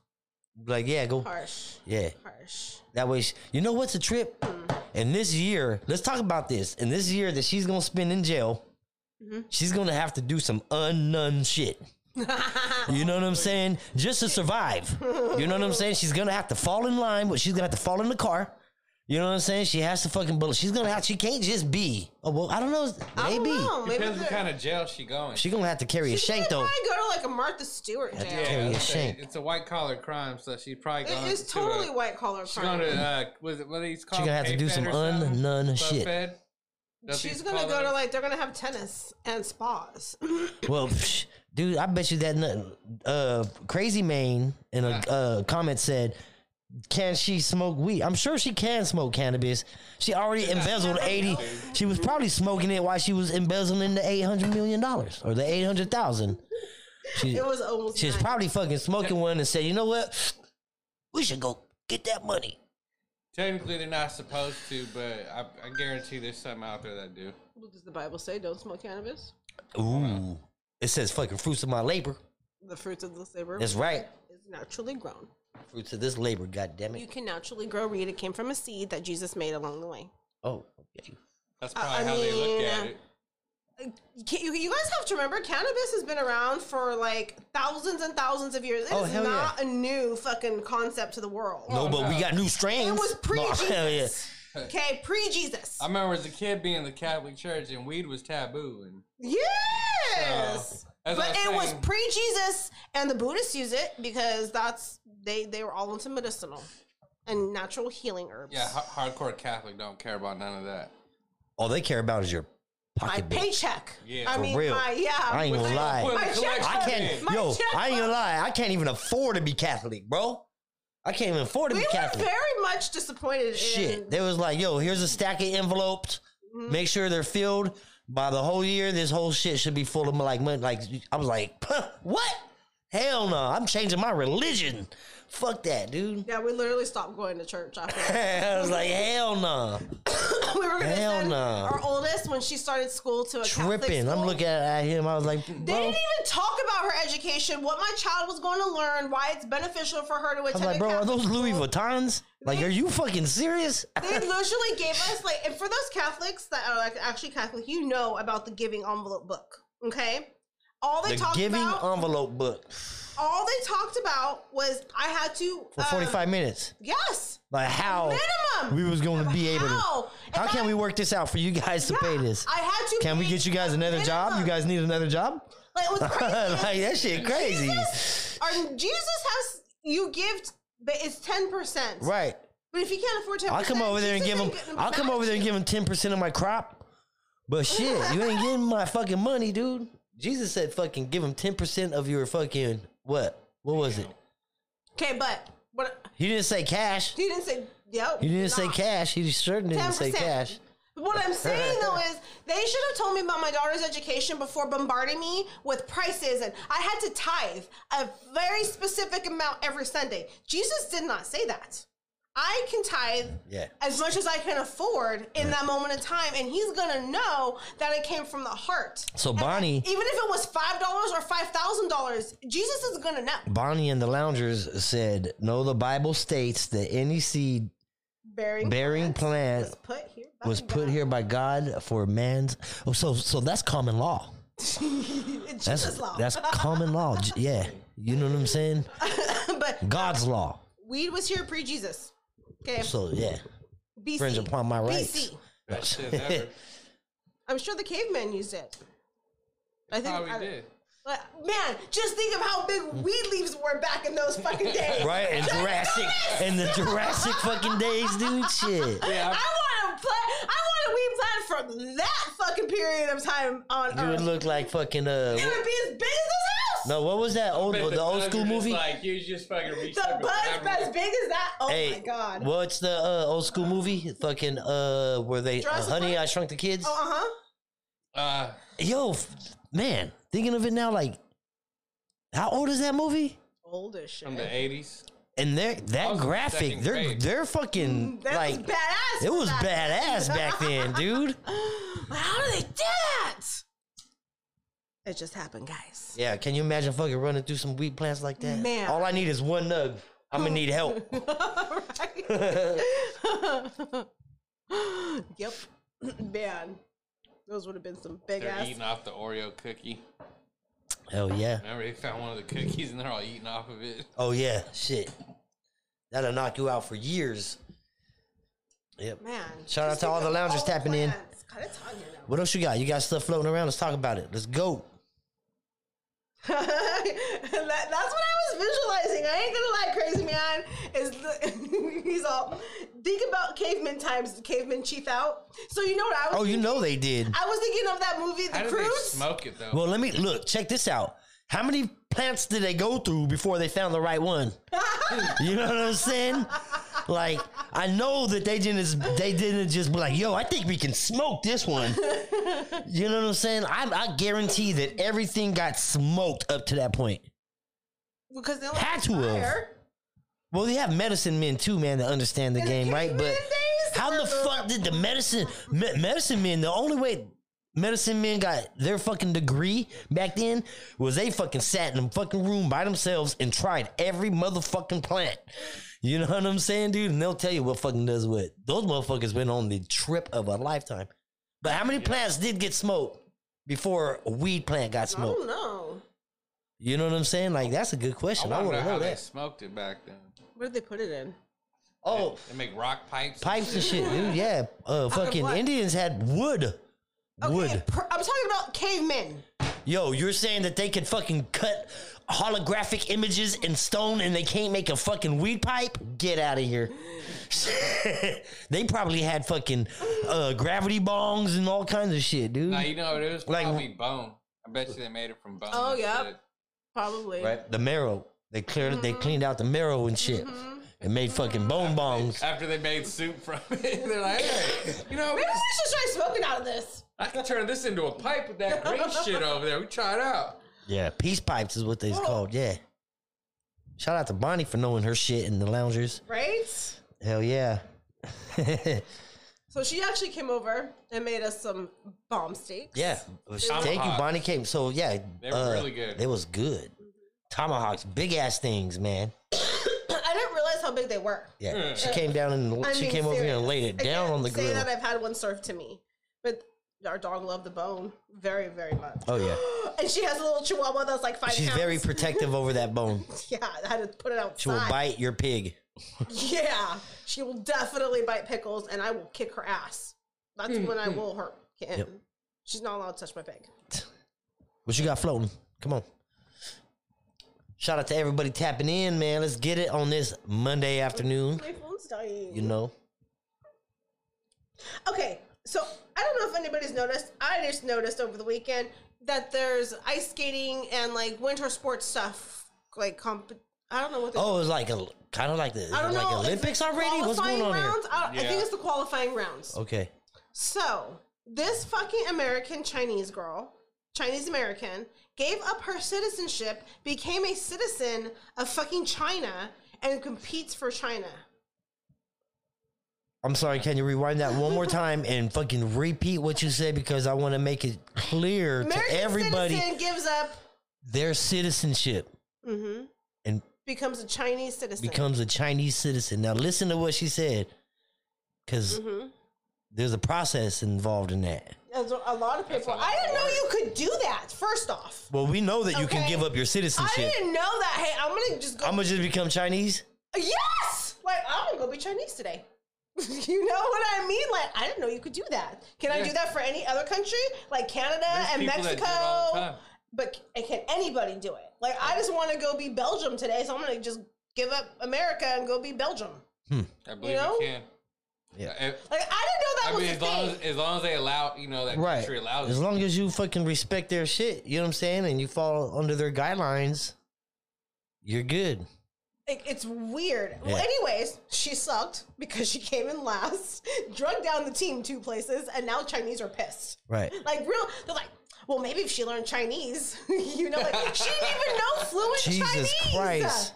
Speaker 1: Like, yeah, go.
Speaker 2: harsh,
Speaker 1: Yeah,
Speaker 2: harsh.
Speaker 1: that way. She, you know what's a trip? And this year, let's talk about this. And this year that she's gonna spend in jail,
Speaker 2: Mm-hmm.
Speaker 1: she's gonna have to do some unknown shit. You know what I'm saying? Just to survive. You know what I'm saying? She's gonna have to fall in line, but she's gonna have to fall in the car. You know what I'm saying? She has to fucking bullet. She's gonna have. She can't just be. Oh well, I don't know.
Speaker 2: I don't
Speaker 1: Maybe
Speaker 2: know, maybe
Speaker 3: Depends what
Speaker 2: they're-
Speaker 3: kind of jail she going.
Speaker 1: she gonna have to carry
Speaker 2: She's
Speaker 1: a shank
Speaker 2: gonna
Speaker 1: though.
Speaker 2: probably go to like a Martha Stewart jail.
Speaker 1: Yeah. Carry a
Speaker 3: I'd say
Speaker 1: shank.
Speaker 3: It's a white collar crime, so she probably going
Speaker 2: It is
Speaker 3: to
Speaker 2: totally
Speaker 3: a,
Speaker 2: white collar
Speaker 3: She's going
Speaker 2: crime.
Speaker 3: to uh, was it what are these called?
Speaker 1: gonna have to do
Speaker 3: K-Fed
Speaker 1: some
Speaker 3: or something?
Speaker 1: unknown
Speaker 3: Club
Speaker 1: shit.
Speaker 3: Fed? Don't
Speaker 2: She's
Speaker 3: these
Speaker 2: gonna
Speaker 3: call
Speaker 2: go to
Speaker 3: those-
Speaker 2: like they're gonna have tennis and spas.
Speaker 1: Well, psh, dude, I bet you that nothing. Uh, crazy man in a uh, comment said, "Can she smoke weed?" I'm sure she can smoke cannabis. She already embezzled eighty. She was probably smoking it while she was embezzling the eight hundred million dollars or the eight hundred thousand. She
Speaker 2: it was almost.
Speaker 1: she's
Speaker 2: nine.
Speaker 1: probably fucking smoking one and said, "You know what? We should go get that money."
Speaker 3: Technically, they're not supposed to, but I, I guarantee there's some out there that do.
Speaker 2: What does the Bible say? Don't smoke cannabis.
Speaker 1: Ooh. It says fucking fruits of my labor.
Speaker 2: The fruits of the labor
Speaker 1: That's right.
Speaker 2: is naturally grown.
Speaker 1: Fruits of this labor, God damn
Speaker 2: You
Speaker 1: it.
Speaker 2: can naturally grow weed. It came from a seed that Jesus made along the way.
Speaker 1: Oh, okay.
Speaker 3: That's
Speaker 2: I-
Speaker 3: probably
Speaker 2: I
Speaker 3: how they look at
Speaker 2: mean, uh,
Speaker 3: it.
Speaker 2: Can- You you guys have to remember, cannabis has been around for like thousands and thousands of years. It is
Speaker 1: Oh, hell yeah.
Speaker 2: not a new fucking concept to the world.
Speaker 1: Oh, No, but we
Speaker 3: no.
Speaker 1: got new strains.
Speaker 2: It was
Speaker 1: No, hell yeah.
Speaker 2: pre-Jesus. Okay, pre-Jesus.
Speaker 3: I remember as a kid being in the Catholic Church and weed was taboo. And
Speaker 2: Yes.
Speaker 3: So, as I
Speaker 2: but
Speaker 3: was
Speaker 2: it was
Speaker 3: saying-
Speaker 2: pre-Jesus, and the Buddhists use it because that's they they were all into medicinal and natural healing herbs.
Speaker 3: yeah, ha- hardcore Catholic don't care about none of that.
Speaker 1: All they care about is your
Speaker 2: my
Speaker 1: pocketbook.
Speaker 2: paycheck.
Speaker 3: Yeah.
Speaker 2: I
Speaker 3: For
Speaker 2: mean,
Speaker 1: real.
Speaker 2: my yeah.
Speaker 1: I ain't gonna lie.
Speaker 3: Well,
Speaker 2: My check.
Speaker 3: collect-
Speaker 1: I can't,
Speaker 2: My
Speaker 1: yo, I ain't gonna
Speaker 2: checkbook.
Speaker 1: lie. I can't even afford to be Catholic, bro. I can't even afford to
Speaker 2: We
Speaker 1: be
Speaker 2: were
Speaker 1: Catholic.
Speaker 2: very much disappointed.
Speaker 1: Shit.
Speaker 2: In,
Speaker 1: They was like, yo, here's a stack of envelopes.
Speaker 2: Mm-hmm.
Speaker 1: Make sure they're filled by the whole year. This whole shit should be full of like money. Like I was like, "Puh, what? Hell no. I'm changing my religion. Fuck that, dude.
Speaker 2: yeah, we literally stopped going to church after. that.
Speaker 1: I was like, hell no.
Speaker 2: we were gonna
Speaker 1: Hell
Speaker 2: send
Speaker 1: nah.
Speaker 2: our oldest when she started school to a Catholic
Speaker 1: Tripping. I'm
Speaker 2: school.
Speaker 1: looking at him. I was like, bro.
Speaker 2: They didn't even talk about her education, what my child was going to learn, why it's beneficial for her to
Speaker 1: I
Speaker 2: attend.
Speaker 1: was like,
Speaker 2: a
Speaker 1: bro, are
Speaker 2: Catholic
Speaker 1: those Louis
Speaker 2: school." Mm-hmm.
Speaker 1: Vuittons? Like, are you fucking serious?
Speaker 2: They literally gave us like, and for those Catholics that are like actually Catholic, you know about the giving envelope book, okay? All they
Speaker 1: The
Speaker 2: talked
Speaker 1: giving
Speaker 2: about,
Speaker 1: envelope book
Speaker 2: all they talked about was I had to
Speaker 1: for
Speaker 2: uh,
Speaker 1: 45 minutes.
Speaker 2: Yes,
Speaker 1: Like how
Speaker 2: minimum.
Speaker 1: we was going to be able to.
Speaker 2: How? And
Speaker 1: How can
Speaker 2: I-
Speaker 1: we work this out for you guys to pay
Speaker 2: Yeah,
Speaker 1: this?
Speaker 2: I had to.
Speaker 1: Can we
Speaker 2: pay
Speaker 1: get you guys
Speaker 2: a
Speaker 1: another job? You
Speaker 2: minimum.
Speaker 1: guys need another job?
Speaker 2: like it was crazy.
Speaker 1: like that shit crazy.
Speaker 2: Our- Jesus has you give, but it's ten percent,
Speaker 1: Right.
Speaker 2: But if you can't afford ten,
Speaker 1: I'll come over there and give them I'll come over there and give them 10% of my crop. But shit, you ain't getting my fucking money, dude. Jesus said fucking give them 10% of your fucking what? What was it?
Speaker 2: Okay, but but
Speaker 1: He didn't say cash.
Speaker 2: he didn't say. Yep,
Speaker 1: He didn't say
Speaker 2: not.
Speaker 1: cash. He certainly didn't say
Speaker 2: 10%.
Speaker 1: cash.
Speaker 2: What I'm saying though is they should have told me about my daughter's education before bombarding me with prices and I had to tithe a very specific amount every Sunday. Jesus did not say that. I can tithe
Speaker 1: Yeah.
Speaker 2: as much as I can afford in that moment in time and he's going to know that it came from the heart.
Speaker 1: So Bonnie
Speaker 2: Even if it was $5 or $5,000, Jesus is going to know.
Speaker 1: Bonnie and the Loungers said, No, the Bible states that any seed
Speaker 2: Bearing,
Speaker 1: Bearing plant
Speaker 2: was put here. by
Speaker 1: was put
Speaker 2: God.
Speaker 1: here by God for man's. Oh, so so that's common law.
Speaker 2: It's
Speaker 1: That's
Speaker 2: Jesus' law.
Speaker 1: that's common law. J- Yeah, you know what I'm saying.
Speaker 2: but
Speaker 1: God's law.
Speaker 2: weed was here pre-Jesus. Okay.
Speaker 1: So yeah,
Speaker 2: BC.
Speaker 1: Fringe upon my rights.
Speaker 2: BC.
Speaker 3: Best shit ever.
Speaker 2: I'm sure the cavemen used it. I think
Speaker 3: Probably
Speaker 2: I-
Speaker 3: did.
Speaker 2: But, man, just think of how big weed leaves were back in those fucking days.
Speaker 1: Right and Jurassic and the Jurassic fucking days, dude. Shit.
Speaker 3: Yeah,
Speaker 2: I
Speaker 3: I'm-
Speaker 2: want a plant. I want a weed plant from that fucking period of time on
Speaker 1: You
Speaker 2: Earth.
Speaker 1: would look like fucking uh.
Speaker 2: it would be as big as this house.
Speaker 1: No, what was that old
Speaker 3: bet
Speaker 1: the old
Speaker 3: Dodgers
Speaker 1: school
Speaker 3: is
Speaker 1: movie?
Speaker 3: Like you just fucking reached
Speaker 2: the
Speaker 3: up and
Speaker 2: bud's
Speaker 3: grabbed
Speaker 2: been as
Speaker 3: it.
Speaker 2: big as that. Oh my
Speaker 1: Hey,
Speaker 2: god.
Speaker 1: what's the uh, old school movie? Fucking uh, were they uh,
Speaker 2: Jurassic
Speaker 1: Honey
Speaker 2: Park?
Speaker 1: I Shrunk the Kids?
Speaker 2: Oh, uh huh.
Speaker 3: Uh,
Speaker 1: Yo, f- man, thinking of it now, like, how old is that movie?
Speaker 2: Old as shit.
Speaker 3: from the eighties.
Speaker 1: And they're
Speaker 3: I
Speaker 1: that
Speaker 3: was in
Speaker 1: graphic,
Speaker 3: second
Speaker 1: they're
Speaker 3: grade.
Speaker 1: they're fucking
Speaker 2: Mm, That
Speaker 1: like
Speaker 2: was badass.
Speaker 1: it
Speaker 2: for
Speaker 1: was
Speaker 2: that.
Speaker 1: badass back then, dude.
Speaker 2: How do they do that? It just happened, guys.
Speaker 1: Yeah, can you imagine fucking running through some weed plants like that?
Speaker 2: Man.
Speaker 1: All I need is one nug. I'm gonna need help.
Speaker 2: Right? yep. Man. Those would have been some big
Speaker 3: They're
Speaker 2: ass.
Speaker 3: eating off the Oreo cookie.
Speaker 1: Hell yeah.
Speaker 3: Remember, they found one of the cookies and they're all eating off of it.
Speaker 1: Oh yeah, shit. That'll knock you out for years. Yep.
Speaker 2: Man. Oh,
Speaker 1: Shout out to all the loungers tapping in.
Speaker 2: God, it's hot here now.
Speaker 1: What else you got? You got stuff floating around? Let's talk about it. Let's go.
Speaker 2: that, that's what I was visualizing. I ain't gonna lie, crazy man. Is the, he's all think about caveman times, caveman chief out. So you know what I was?
Speaker 1: Oh, you know they did.
Speaker 2: I was thinking of that movie,
Speaker 3: How
Speaker 2: The
Speaker 3: did they
Speaker 2: Cruise.
Speaker 3: smoke it though?
Speaker 1: Well, let me look. Check this out. How many plants did they go through before they found the right one? you know what I'm saying? Like, I know that they didn't. just- They didn't just be like, "Yo, I think we can smoke this one." you know what I'm saying? I, I guarantee that everything got smoked up to that point.
Speaker 2: because they only
Speaker 1: Had to have.
Speaker 2: expire.
Speaker 1: Well, they have medicine men too, man, to understand the
Speaker 2: In the
Speaker 1: game, right?
Speaker 2: caveman
Speaker 1: But
Speaker 2: days,
Speaker 1: how the
Speaker 2: brother.
Speaker 1: fuck did the medicine me- medicine men? The only way medicine men got their fucking degree back then was they fucking sat in a fucking room by themselves and tried every motherfucking plant. You know what I'm saying, dude? And they'll tell you what fucking does what. Those motherfuckers went on the trip of a lifetime. But how many plants did get smoked before a weed plant got
Speaker 2: I
Speaker 1: smoked?
Speaker 2: don't know.
Speaker 1: You know what I'm saying? Like that's a good question. I
Speaker 3: I
Speaker 1: want
Speaker 3: wonder
Speaker 1: to
Speaker 3: how
Speaker 1: know
Speaker 3: they
Speaker 1: that.
Speaker 3: smoked it back then.
Speaker 2: Where did they put it in?
Speaker 1: Oh,
Speaker 3: They make rock pipes.
Speaker 1: pipes and shit, dude. Yeah, uh, fucking
Speaker 2: what?
Speaker 1: Indians had wood.
Speaker 2: Okay,
Speaker 1: Wood.
Speaker 2: per- I'm talking about cavemen.
Speaker 1: Yo, you're saying that they could fucking cut holographic images in stone and they can't make a fucking weed pipe? Get out of here. they probably had fucking uh, gravity bongs and all kinds of shit, dude.
Speaker 3: Now you know it was
Speaker 1: Like-
Speaker 3: probably bone. I bet you they made it from bone.
Speaker 2: Oh,
Speaker 3: and
Speaker 2: yep.
Speaker 3: shit.
Speaker 2: Probably.
Speaker 1: The marrow. They cleared it, they cleaned out the marrow and shit. And made fucking bone bongs.
Speaker 3: After they made soup from it, they're like, hey, you know,
Speaker 2: Maybe we should try smoking out of this.
Speaker 3: I can turn this into a pipe with that green shit over there. We try it out.
Speaker 1: Yeah, peace pipes is what they's called, yeah. Shout out to Bonnie for knowing her shit in the loungers.
Speaker 2: Right?
Speaker 1: Hell yeah.
Speaker 2: So she actually came over and made us some bomb steaks.
Speaker 1: Yeah, thank you,
Speaker 3: Tomahawks.
Speaker 1: Bonnie Came. So yeah,
Speaker 3: They were really good.
Speaker 1: It was good. Tomahawks, big ass things, man.
Speaker 2: I didn't realize how big they were.
Speaker 1: Yeah, she came down and
Speaker 2: I'm
Speaker 1: she
Speaker 2: being
Speaker 1: came over here and
Speaker 2: serious.
Speaker 1: laid it
Speaker 2: I
Speaker 1: down
Speaker 2: can't
Speaker 1: on the
Speaker 2: say
Speaker 1: grill.
Speaker 2: that I've had one served to me, but our dog loved the bone very, very much.
Speaker 1: Oh yeah,
Speaker 2: And she has a little chihuahua that's like five
Speaker 1: she's
Speaker 2: pounds.
Speaker 1: very protective over that bone.
Speaker 2: yeah, I had to put it outside.
Speaker 1: She will bite your pig.
Speaker 2: Yeah, she will definitely bite pickles, and I will kick her ass. That's when I will hurt kitten.
Speaker 1: Hmm, Yep.
Speaker 2: She's not allowed to touch my pig.
Speaker 1: What you got floating? Come on. Shout out to everybody tapping in, man. Let's get it on this Monday afternoon.
Speaker 2: My phone's dying.
Speaker 1: You know,
Speaker 2: Okay, so I don't know if anybody's noticed. I just noticed over the weekend that there's ice skating and like winter sports stuff, like comp. I don't know what. they're
Speaker 1: oh, it's like a kind of like the
Speaker 2: I don't
Speaker 1: like
Speaker 2: know. it's
Speaker 1: Olympics already. What's
Speaker 2: qualifying
Speaker 1: going on here?
Speaker 2: rounds? I, I
Speaker 3: Yeah.
Speaker 2: think it's the qualifying rounds.
Speaker 1: Okay,
Speaker 2: So this fucking American Chinese girl, Chinese American, gave up her citizenship, became a citizen of fucking China, and competes for China.
Speaker 1: I'm sorry, can you rewind that one more time and fucking repeat what you said because I want to make it clear
Speaker 2: American
Speaker 1: to everybody
Speaker 2: citizen gives up,
Speaker 1: their citizenship
Speaker 2: Mm-hmm.
Speaker 1: and
Speaker 2: becomes a Chinese citizen.
Speaker 1: becomes a Chinese citizen. Now listen to what she said because
Speaker 2: Mm-hmm.
Speaker 1: there's a process involved in that.
Speaker 2: There's a lot of people. I didn't know you could do that. First off,
Speaker 1: Well, we know that you can
Speaker 2: Okay.
Speaker 1: give up your
Speaker 2: I
Speaker 1: citizenship.
Speaker 2: didn't know that. Hey, I'm gonna just go.
Speaker 1: I'm gonna just become Chinese.
Speaker 2: Yes! Like, I'm gonna go be Chinese today. you know what I mean? Like, I didn't know you could do that. Can I
Speaker 3: Yeah.
Speaker 2: do that for any other country? Like Canada
Speaker 3: There's
Speaker 2: and
Speaker 3: people that do it all the
Speaker 2: Mexico?
Speaker 3: time.
Speaker 2: But c- and can anybody do it? Like, I just wanna go be Belgium today, so I'm gonna just give up America and go be Belgium.
Speaker 3: I believe you,
Speaker 2: know?
Speaker 3: can.
Speaker 1: Yeah.
Speaker 3: I-
Speaker 2: Like, I
Speaker 3: I mean,
Speaker 2: didn't know
Speaker 3: as
Speaker 2: that
Speaker 3: long
Speaker 2: was a
Speaker 3: as,
Speaker 2: thing.
Speaker 3: as long as they allow, you know, that
Speaker 1: Right.
Speaker 3: country allows
Speaker 1: As
Speaker 3: it.
Speaker 1: long as you fucking respect their shit, you know what I'm saying, and you fall under their guidelines, you're good.
Speaker 2: Like, it's weird. Well,
Speaker 1: Yeah.
Speaker 2: anyways, she sucked because she came in last, drug down the team two places, and now Chinese are pissed.
Speaker 1: Right.
Speaker 2: Like real, they're like, well, maybe if she learned Chinese, you know, like she didn't even know fluent
Speaker 1: Jesus
Speaker 2: Chinese.
Speaker 1: Christ.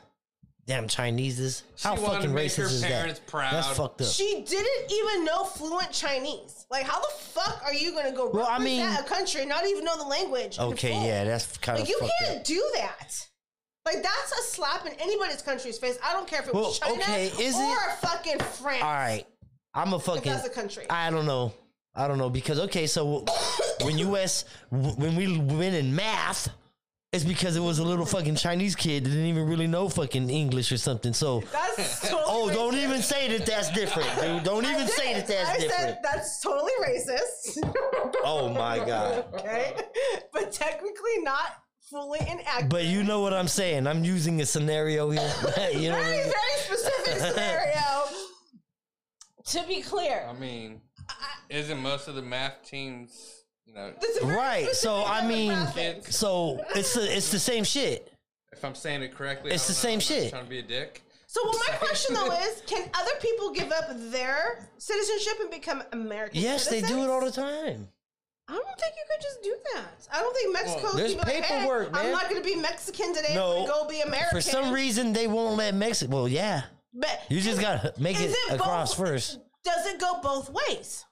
Speaker 1: Damn Chineses. How
Speaker 3: wanted to
Speaker 1: fucking
Speaker 3: make
Speaker 1: racist
Speaker 3: her
Speaker 1: is
Speaker 3: parents
Speaker 1: that?
Speaker 3: proud.
Speaker 1: That's fucked up.
Speaker 2: She didn't even know fluent Chinese. Like, how the fuck are you going to go
Speaker 1: Well, I
Speaker 2: represent
Speaker 1: mean-
Speaker 2: a country and not even know the language? in
Speaker 1: okay,
Speaker 2: full?
Speaker 1: yeah, that's kind
Speaker 2: Like,
Speaker 1: of
Speaker 2: you
Speaker 1: fucked
Speaker 2: can't
Speaker 1: up.
Speaker 2: do that. Like, that's a slap in anybody's country's face. I don't care if it was
Speaker 1: Well,
Speaker 2: China
Speaker 1: okay, is
Speaker 2: or
Speaker 1: it-
Speaker 2: fucking France.
Speaker 1: All right, I'm a fucking.
Speaker 2: that's a country.
Speaker 1: I don't know. I don't know because okay, so when U.S. when we win in math, it's because it was a little fucking Chinese kid that didn't even really know fucking English or something. So
Speaker 2: That's totally
Speaker 1: oh, don't
Speaker 2: racist.
Speaker 1: even say that that's different, dude. Don't
Speaker 2: I
Speaker 1: even say
Speaker 2: did.
Speaker 1: that that's
Speaker 2: I
Speaker 1: different.
Speaker 2: said that's totally racist.
Speaker 1: oh my god.
Speaker 2: okay? But technically not fully inaccurate.
Speaker 1: But you know what I'm saying. I'm using a scenario here. you know. what I'm
Speaker 2: very,
Speaker 1: saying?
Speaker 2: very specific scenario. To be
Speaker 3: I
Speaker 2: clear,
Speaker 3: mean, isn't most of the math teams, you know,
Speaker 2: That's a very
Speaker 1: Right, so,
Speaker 2: specific
Speaker 1: I mean-
Speaker 2: demographic.
Speaker 1: So it's the, it's the same shit.
Speaker 3: if I'm saying it correctly,
Speaker 1: It's
Speaker 3: I
Speaker 1: the
Speaker 3: don't
Speaker 1: same
Speaker 3: know, I'm not
Speaker 1: shit.
Speaker 3: Trying to be a dick.
Speaker 2: so well, my question though is, can other people give up their citizenship and become American?
Speaker 1: Yes, they do it all the
Speaker 2: citizens?
Speaker 1: time.
Speaker 2: I don't think you could just do that. I don't think Mexico.
Speaker 3: Well,
Speaker 1: there's
Speaker 2: people like, "Hey,
Speaker 1: paperwork, man."
Speaker 2: I'm not going to be Mexican today.
Speaker 1: No.
Speaker 2: I'm gonna go be American.
Speaker 1: For some reason, they won't let Mexico. Well, yeah.
Speaker 2: but
Speaker 1: You just gotta make
Speaker 2: is
Speaker 1: it
Speaker 2: both-
Speaker 1: across first.
Speaker 2: Does it go both ways?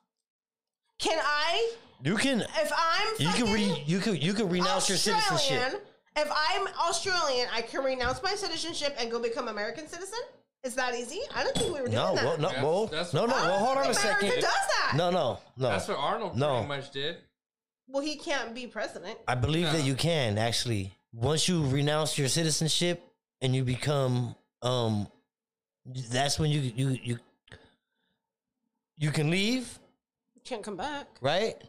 Speaker 2: Can I,
Speaker 1: You can.
Speaker 2: if I'm
Speaker 1: You can
Speaker 2: fucking
Speaker 1: re. You can. You can renounce your citizenship.
Speaker 2: Australian, If I'm Australian, I can renounce my citizenship and go become American citizen. Is that easy? I don't think we were doing
Speaker 1: No.
Speaker 2: that.
Speaker 1: Well, no.
Speaker 3: That's-
Speaker 1: well,
Speaker 3: that's-
Speaker 1: no. No.
Speaker 2: I don't
Speaker 1: Well, hold on a
Speaker 2: think America
Speaker 1: second.
Speaker 2: does that?
Speaker 1: No. No. No.
Speaker 3: That's what Arnold
Speaker 1: No.
Speaker 3: pretty much did.
Speaker 2: Well, he can't be president.
Speaker 1: I believe that
Speaker 3: No.
Speaker 1: you can actually. Once you renounce your citizenship and you become, um, that's when you you you you can leave,
Speaker 2: Can't come back.
Speaker 1: right?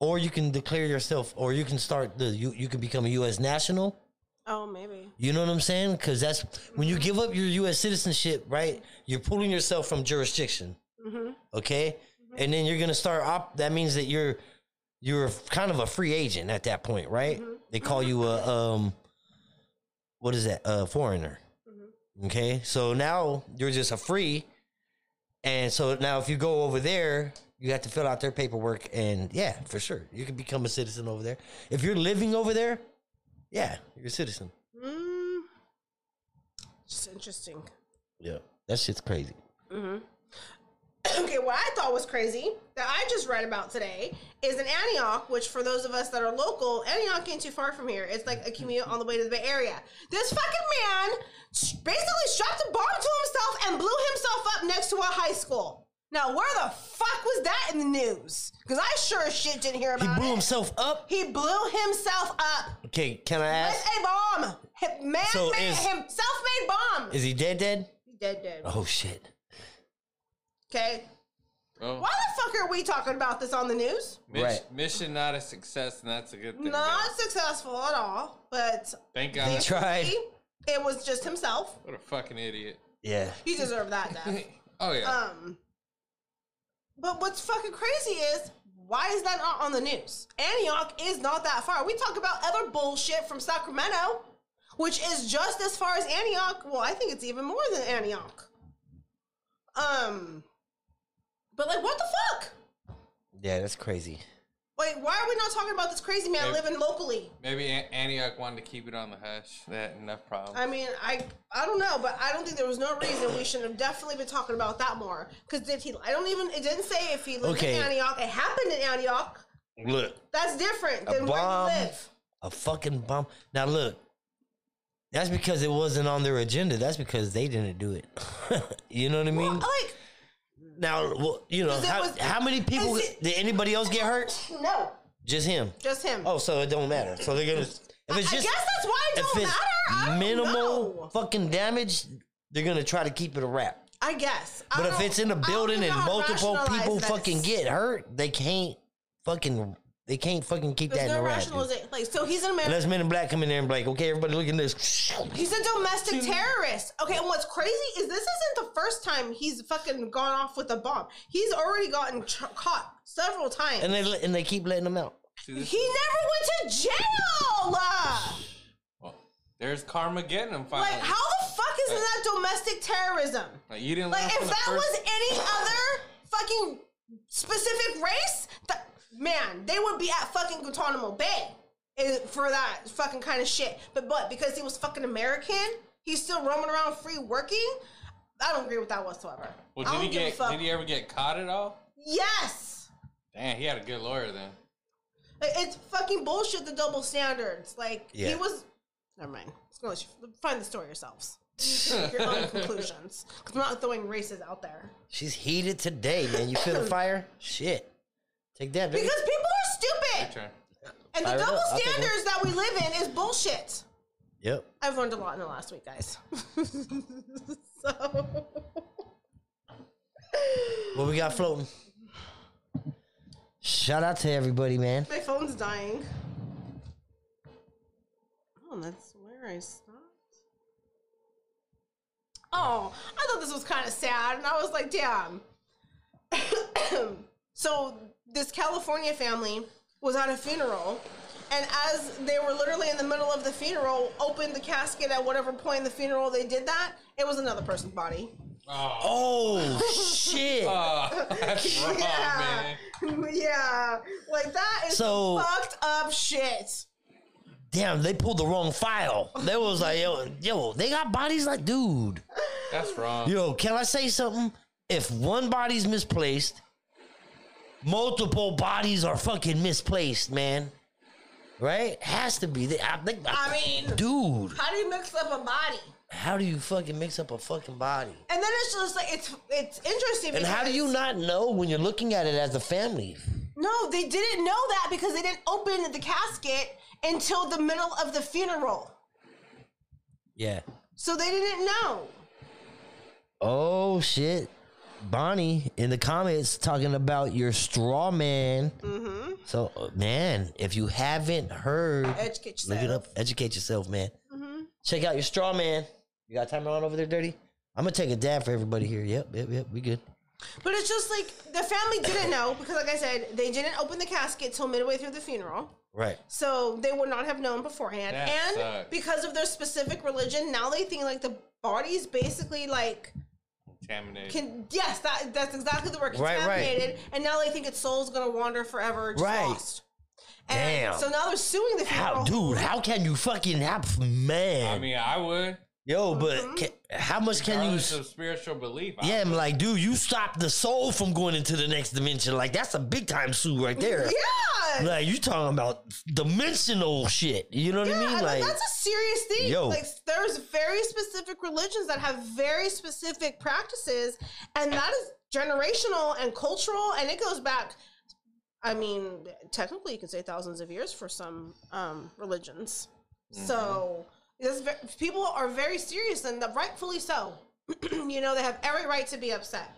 Speaker 1: Or you can declare yourself, or you can start the you you can become a U.S. national.
Speaker 2: Oh, maybe.
Speaker 1: You know what I'm saying? Because that's when you give up your U.S. citizenship, right? You're pulling yourself from jurisdiction,
Speaker 2: Mm-hmm.
Speaker 1: okay? And then you're gonna start op. That means that you're you're kind of a free agent at that point, right? They call you a um, what is that? A foreigner. Okay, so now you're just a free, and so now if you go over there, you have to fill out their paperwork, and yeah, for sure, you can become a citizen over there. If you're living over there, yeah, you're a citizen.
Speaker 2: Mm, just interesting.
Speaker 1: Yeah, that shit's crazy.
Speaker 2: okay, what I thought was crazy that I just read about today is in Antioch, which for those of us that are local, Antioch ain't too far from here. It's like a commute on the way to the Bay Area. This fucking man sh- basically strapped a bomb to himself and blew himself up next to a high school. Now, where the fuck was that in the news? Because I sure as shit didn't hear
Speaker 1: He
Speaker 2: about
Speaker 1: blew
Speaker 2: it.
Speaker 1: himself up.
Speaker 2: he blew himself up
Speaker 1: Okay, can I
Speaker 2: with
Speaker 1: ask?
Speaker 2: a bomb. Him- Man-made,
Speaker 1: So is-
Speaker 2: him self-made bomb.
Speaker 1: Is he dead? Dead?
Speaker 2: dead, dead.
Speaker 1: Oh shit!
Speaker 2: Okay.
Speaker 3: Oh,
Speaker 2: Why the fuck are we talking about this on the news?
Speaker 3: Miss-
Speaker 1: Right.
Speaker 3: Mission not a success, and that's a good thing.
Speaker 2: not
Speaker 3: guys.
Speaker 2: successful at all, but
Speaker 3: Thank God.
Speaker 1: Try- Tried.
Speaker 2: It was just himself.
Speaker 3: What a fucking idiot.
Speaker 1: Yeah.
Speaker 2: He deserved that death.
Speaker 3: Oh yeah.
Speaker 2: um, but what's fucking crazy is why is that not on the news? Antioch is not that far. We talk about other bullshit from Sacramento, which is just as far as Antioch. Well, I think it's even more than Antioch. Um, but like, what the fuck?
Speaker 1: Yeah, that's crazy.
Speaker 2: Wait, why are we not talking about this crazy man
Speaker 3: Hey.
Speaker 2: living locally?
Speaker 3: Maybe An- Antioch wanted to keep it on the hush. They had enough problems.
Speaker 2: I mean, I I don't know, but I don't think there was no reason we should have definitely been talking about that more. Because did he? I don't even. It didn't say if he lived
Speaker 1: Okay.
Speaker 2: in Antioch. It happened in Antioch.
Speaker 1: Look,
Speaker 2: That's different
Speaker 1: a
Speaker 2: than
Speaker 1: bomb,
Speaker 2: where you live.
Speaker 1: a fucking bomb. Now look, that's because it wasn't on their agenda. That's because they didn't do it. you know what I mean?
Speaker 2: Like
Speaker 1: now, well, you know,
Speaker 2: 'Cause it
Speaker 1: how,
Speaker 2: was-
Speaker 1: how many people
Speaker 2: is it-
Speaker 1: did anybody else get hurt?
Speaker 2: no,
Speaker 1: Just him.
Speaker 2: just him.
Speaker 1: Oh, so it don't matter. So they're gonna. If it's
Speaker 2: I
Speaker 1: just,
Speaker 2: guess that's why it
Speaker 1: if
Speaker 2: don't
Speaker 1: it's
Speaker 2: matter. I don't
Speaker 1: minimal
Speaker 2: know.
Speaker 1: fucking damage, they're gonna try to keep it a wrap.
Speaker 2: I guess. I
Speaker 1: But if
Speaker 2: don't-
Speaker 1: it's in a
Speaker 2: I don't
Speaker 1: building
Speaker 2: even know
Speaker 1: and
Speaker 2: how to
Speaker 1: multiple
Speaker 2: rationalize
Speaker 1: people
Speaker 2: this.
Speaker 1: fucking get hurt, they can't fucking they can't fucking keep
Speaker 2: There's
Speaker 1: that
Speaker 2: no
Speaker 1: in the rack. dude.
Speaker 2: rationalization. Like, so he's an American.
Speaker 1: Unless Men in Black come in there and be like, okay, everybody look at this.
Speaker 2: He's a domestic terrorist. Okay, and what's crazy is this isn't the first time he's fucking gone off with a bomb. He's already gotten ch- caught several times.
Speaker 1: And they let- and they keep letting them out.
Speaker 3: See, this-
Speaker 2: he never went to jail. Uh,
Speaker 3: well, there's karma getting him finally.
Speaker 2: Like, how the fuck isn't that domestic terrorism?
Speaker 3: Like, you didn't
Speaker 2: Like,
Speaker 3: learn
Speaker 2: if
Speaker 3: from the
Speaker 2: that
Speaker 3: first-
Speaker 2: was any other fucking specific race, th- man, they would be at fucking Guantanamo Bay is- for that fucking kind of shit. But but because he was fucking American, he's still roaming around free working. I don't agree with that whatsoever.
Speaker 3: Well,
Speaker 2: I
Speaker 3: did
Speaker 2: don't
Speaker 3: he
Speaker 2: give a
Speaker 3: get?
Speaker 2: fuck.
Speaker 3: Did he ever get caught at all?
Speaker 2: yes.
Speaker 3: Damn, he had a good lawyer then.
Speaker 2: Like, it's fucking bullshit. The double standards. Like he
Speaker 1: Yeah.
Speaker 2: was. Never mind. It's gonna let you find the story yourselves. Your own conclusions. Because we're not throwing races out there.
Speaker 1: She's heated today, man. You feel the fire? Shit. Take that, baby.
Speaker 2: Because people are
Speaker 3: Your
Speaker 2: stupid,
Speaker 3: turn.
Speaker 2: and
Speaker 1: Fire
Speaker 2: the
Speaker 1: it up.
Speaker 2: double
Speaker 1: I'll take it.
Speaker 2: standards that we live in is bullshit.
Speaker 1: Yep.
Speaker 2: I've learned a lot in the last week, guys. so
Speaker 1: What we got floating? Shout out to everybody, man.
Speaker 2: my phone's dying. Oh, and that's where I stopped. Oh, I thought this was kind of sad, and I was like, damn. so this California family was at a funeral, And as they were literally in the middle of the funeral, opened the casket at whatever point in the funeral they did that, it was another person's body.
Speaker 3: Oh,
Speaker 1: Oh shit.
Speaker 3: that's wrong,
Speaker 2: yeah.
Speaker 3: man.
Speaker 2: yeah. Like that is
Speaker 1: So-
Speaker 2: fucked up shit.
Speaker 1: Damn, they pulled the wrong file. They was like, yo, yo, they got bodies like, dude.
Speaker 3: That's wrong.
Speaker 1: Yo, can I say something? If one body's misplaced, multiple bodies are fucking misplaced, man. Right? Has to be. They- I think.
Speaker 2: I mean-
Speaker 1: dude,
Speaker 2: How do you mix up a body?
Speaker 1: how do you fucking mix up a fucking body?
Speaker 2: And then it's just like it's it's interesting.
Speaker 1: And how do you
Speaker 2: because-
Speaker 1: not know when you're looking at it as a family?
Speaker 2: No, they didn't know that because they didn't open the casket until the middle of the funeral.
Speaker 1: Yeah.
Speaker 2: So they didn't know.
Speaker 1: Oh shit. Bonnie in the comments talking about your straw man. Mm-hmm. So uh, man, if you haven't heard,
Speaker 2: Educate
Speaker 1: look it
Speaker 2: yourself.
Speaker 1: up. Educate yourself, man.
Speaker 2: Mm-hmm.
Speaker 1: Check out your straw man. You got timer on over there, dirty. I'm gonna take a dab for everybody here. Yep, yep, yep. We good.
Speaker 2: But it's just like the family didn't know because, like I said, they didn't open the casket till midway through the funeral.
Speaker 1: Right.
Speaker 2: So they would not have known beforehand.
Speaker 3: That
Speaker 2: and
Speaker 3: sucks.
Speaker 2: because of their specific religion, now they think like the body's basically like
Speaker 3: Contaminated.
Speaker 2: can yes, that that's exactly the word
Speaker 1: Right, right.
Speaker 2: contaminated. And now they think its soul's gonna wander forever, just
Speaker 1: Right.
Speaker 2: lost. And
Speaker 1: Damn.
Speaker 2: so now they're suing the funeral.
Speaker 1: How, dude? How can you fucking have man?
Speaker 3: I mean, I would.
Speaker 1: Yo,
Speaker 2: Mm-hmm.
Speaker 1: but ca how much can you?
Speaker 3: Regardless
Speaker 1: s-
Speaker 3: of spiritual belief. I
Speaker 1: Yeah, I'm like, dude, you stopped the soul from going into the next dimension. Like, that's a big time sue right there.
Speaker 2: Yeah.
Speaker 1: Like you talking about dimensional shit. You know what I
Speaker 2: Yeah,
Speaker 1: mean?
Speaker 2: I
Speaker 1: Like
Speaker 2: mean, that's a serious thing.
Speaker 1: Yo.
Speaker 2: Like there's very specific religions that have very specific practices, and that is generational and cultural, and it goes back. I mean, technically, you can say thousands of years for some um, religions.
Speaker 1: Mm-hmm.
Speaker 2: So this, ve- people are very serious, and rightfully so. you know, they have every right to be upset.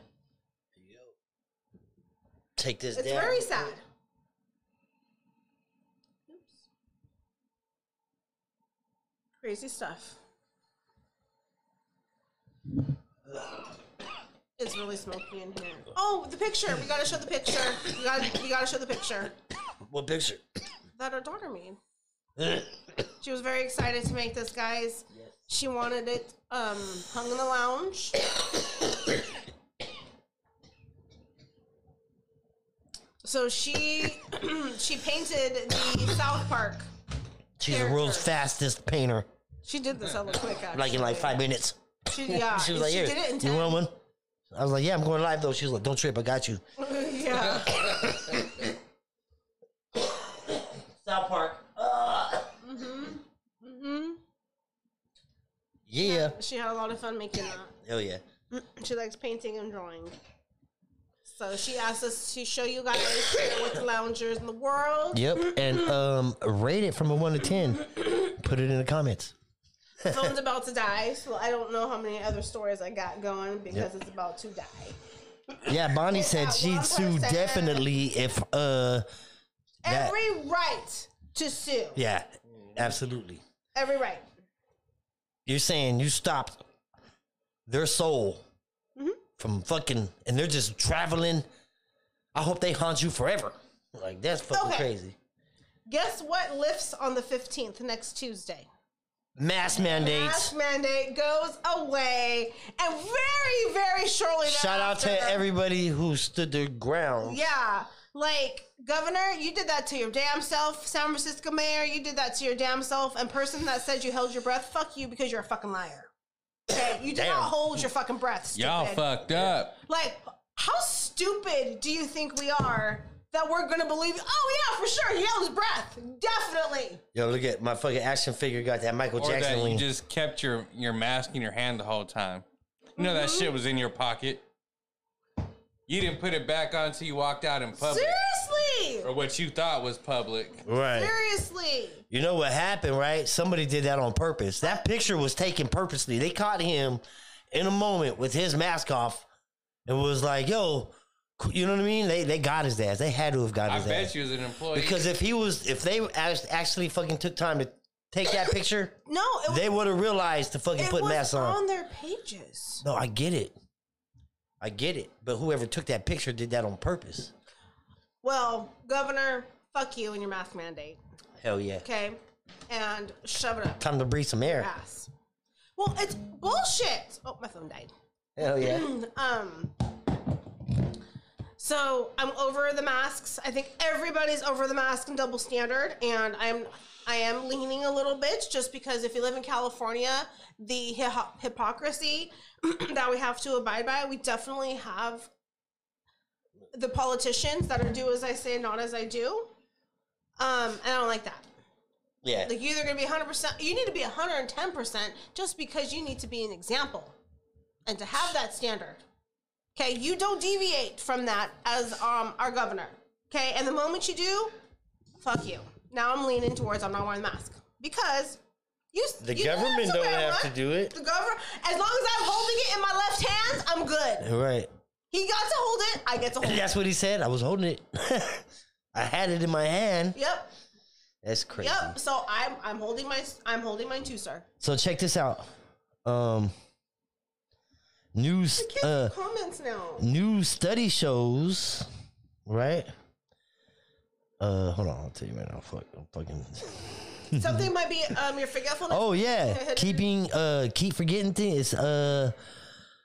Speaker 1: take this
Speaker 2: It's
Speaker 1: down.
Speaker 2: very sad. Oops. Crazy stuff. It's really smoky in here. Oh, the picture. We gotta show the picture. We gotta, we gotta show the picture
Speaker 1: what picture?
Speaker 2: that our daughter made. She was very excited to make this, guys. She wanted it um, hung in the lounge. so she she painted the South Park.
Speaker 1: She's the world's
Speaker 2: Character.
Speaker 1: fastest painter.
Speaker 2: She did this hella quick, actually.
Speaker 1: Like in like five minutes.
Speaker 2: She, yeah,
Speaker 1: She was like,
Speaker 2: she
Speaker 1: here,
Speaker 2: did it in
Speaker 1: you
Speaker 2: ten.
Speaker 1: want one? I was like, yeah, I'm going live though. She was like, don't trip, I got you.
Speaker 2: yeah.
Speaker 1: South Park. Uh.
Speaker 2: Mhm.
Speaker 1: Yeah.
Speaker 2: She had a lot of fun making that.
Speaker 1: Hell yeah.
Speaker 2: She likes painting and drawing. So she asked us to show you guys what the loungers in the world.
Speaker 1: Yep. And um rate it from a one to ten. Put it in the comments.
Speaker 2: phone's about to die, so I don't know how many other stories I got going because
Speaker 1: Yep.
Speaker 2: it's about to die.
Speaker 1: Yeah, Bonnie said
Speaker 2: that
Speaker 1: she'd
Speaker 2: one
Speaker 1: sue
Speaker 2: person.
Speaker 1: definitely if uh That-
Speaker 2: Every right to sue.
Speaker 1: yeah, absolutely.
Speaker 2: Every right.
Speaker 1: You're saying you stopped their soul Mm-hmm. from fucking, and they're just traveling. I hope they haunt you forever. Like that's fucking
Speaker 2: Okay.
Speaker 1: crazy.
Speaker 2: Guess what lifts on the 15th next Tuesday?
Speaker 1: Mass
Speaker 2: Mask
Speaker 1: mandates.
Speaker 2: mandate goes away, and very, very shortly.
Speaker 1: Shout out to
Speaker 2: thereafter-
Speaker 1: everybody who stood their ground.
Speaker 2: Yeah. Like, Governor, you did that to your damn self. San Francisco Mayor, you did that to your damn self. And person that said you held your breath, fuck you because you're a fucking liar. Okay? You did
Speaker 1: Damn.
Speaker 2: not hold your fucking breath. Stupid.
Speaker 3: Y'all fucked up.
Speaker 2: Like, how stupid do you think we are that we're gonna believe? Oh yeah, for sure. He held his breath. Definitely.
Speaker 1: Yo, look at my fucking action figure got that Michael
Speaker 3: Or
Speaker 1: Jackson
Speaker 3: that you
Speaker 1: lean.
Speaker 3: just kept your, your mask in your hand the whole time. You know that
Speaker 2: Mm-hmm.
Speaker 3: shit was in your pocket. You didn't put it back on until you walked out in public.
Speaker 2: Seriously.
Speaker 3: Or what you thought was public.
Speaker 1: right.
Speaker 2: Seriously.
Speaker 1: You know what happened, right? Somebody did that on purpose. That picture was taken purposely. They caught him in a moment with his mask off and was like, yo, you know what I mean? They they got his ass. They had to have got
Speaker 3: I
Speaker 1: his ass.
Speaker 3: bet you as an employee.
Speaker 1: Because if he was, if they act- actually fucking took time to take that picture,
Speaker 2: No, it was,
Speaker 1: they would have realized to fucking
Speaker 2: it
Speaker 1: put
Speaker 2: was
Speaker 1: masks
Speaker 2: on.
Speaker 1: on.
Speaker 2: their pages.
Speaker 1: No, I get it. I get it. But whoever took that picture did that on purpose.
Speaker 2: Well, Governor, fuck you and your mask mandate,
Speaker 1: Hell yeah.
Speaker 2: okay? And shove it up
Speaker 1: Time to breathe some
Speaker 2: your
Speaker 1: air.
Speaker 2: ass. Well, it's bullshit. Oh, my phone died.
Speaker 1: Hell yeah.
Speaker 2: Um. So I'm over the masks. I think everybody's over the mask and double standard, and I'm I am leaning a little bit just because if you live in California, the hy- hypocrisy that we have to abide by, we definitely have the politicians that are do as I say, not as I do. Um, and I don't like that.
Speaker 1: Yeah.
Speaker 2: Like you're either gonna be 100, percent you need to be 110 percent just because you need to be an example, and to have that standard. Okay, you don't deviate from that as um our governor. Okay, and the moment you do, fuck you. Now I'm leaning towards I'm not wearing the mask because you.
Speaker 1: The
Speaker 2: you don't have
Speaker 1: government
Speaker 2: to
Speaker 1: don't
Speaker 2: wear
Speaker 1: have
Speaker 2: one.
Speaker 1: to do it.
Speaker 2: The government, as long as I'm holding it in my left hand, I'm good.
Speaker 1: Right.
Speaker 2: He got to hold it. I get to hold it.
Speaker 1: That's what he said. I was holding it. I had it in my hand.
Speaker 2: Yep.
Speaker 1: That's crazy.
Speaker 2: Yep. So I'm I'm holding my I'm holding mine too, sir.
Speaker 1: So check this out. Um news
Speaker 2: Kids
Speaker 1: uh
Speaker 2: comments now.
Speaker 1: new study shows, right? Uh hold on, I'll tell you right now. Fuck I'm fucking
Speaker 2: Something might be um your
Speaker 1: Mm-hmm.
Speaker 2: forgetfulness.
Speaker 1: Oh yeah. Keeping uh keep forgetting things. Uh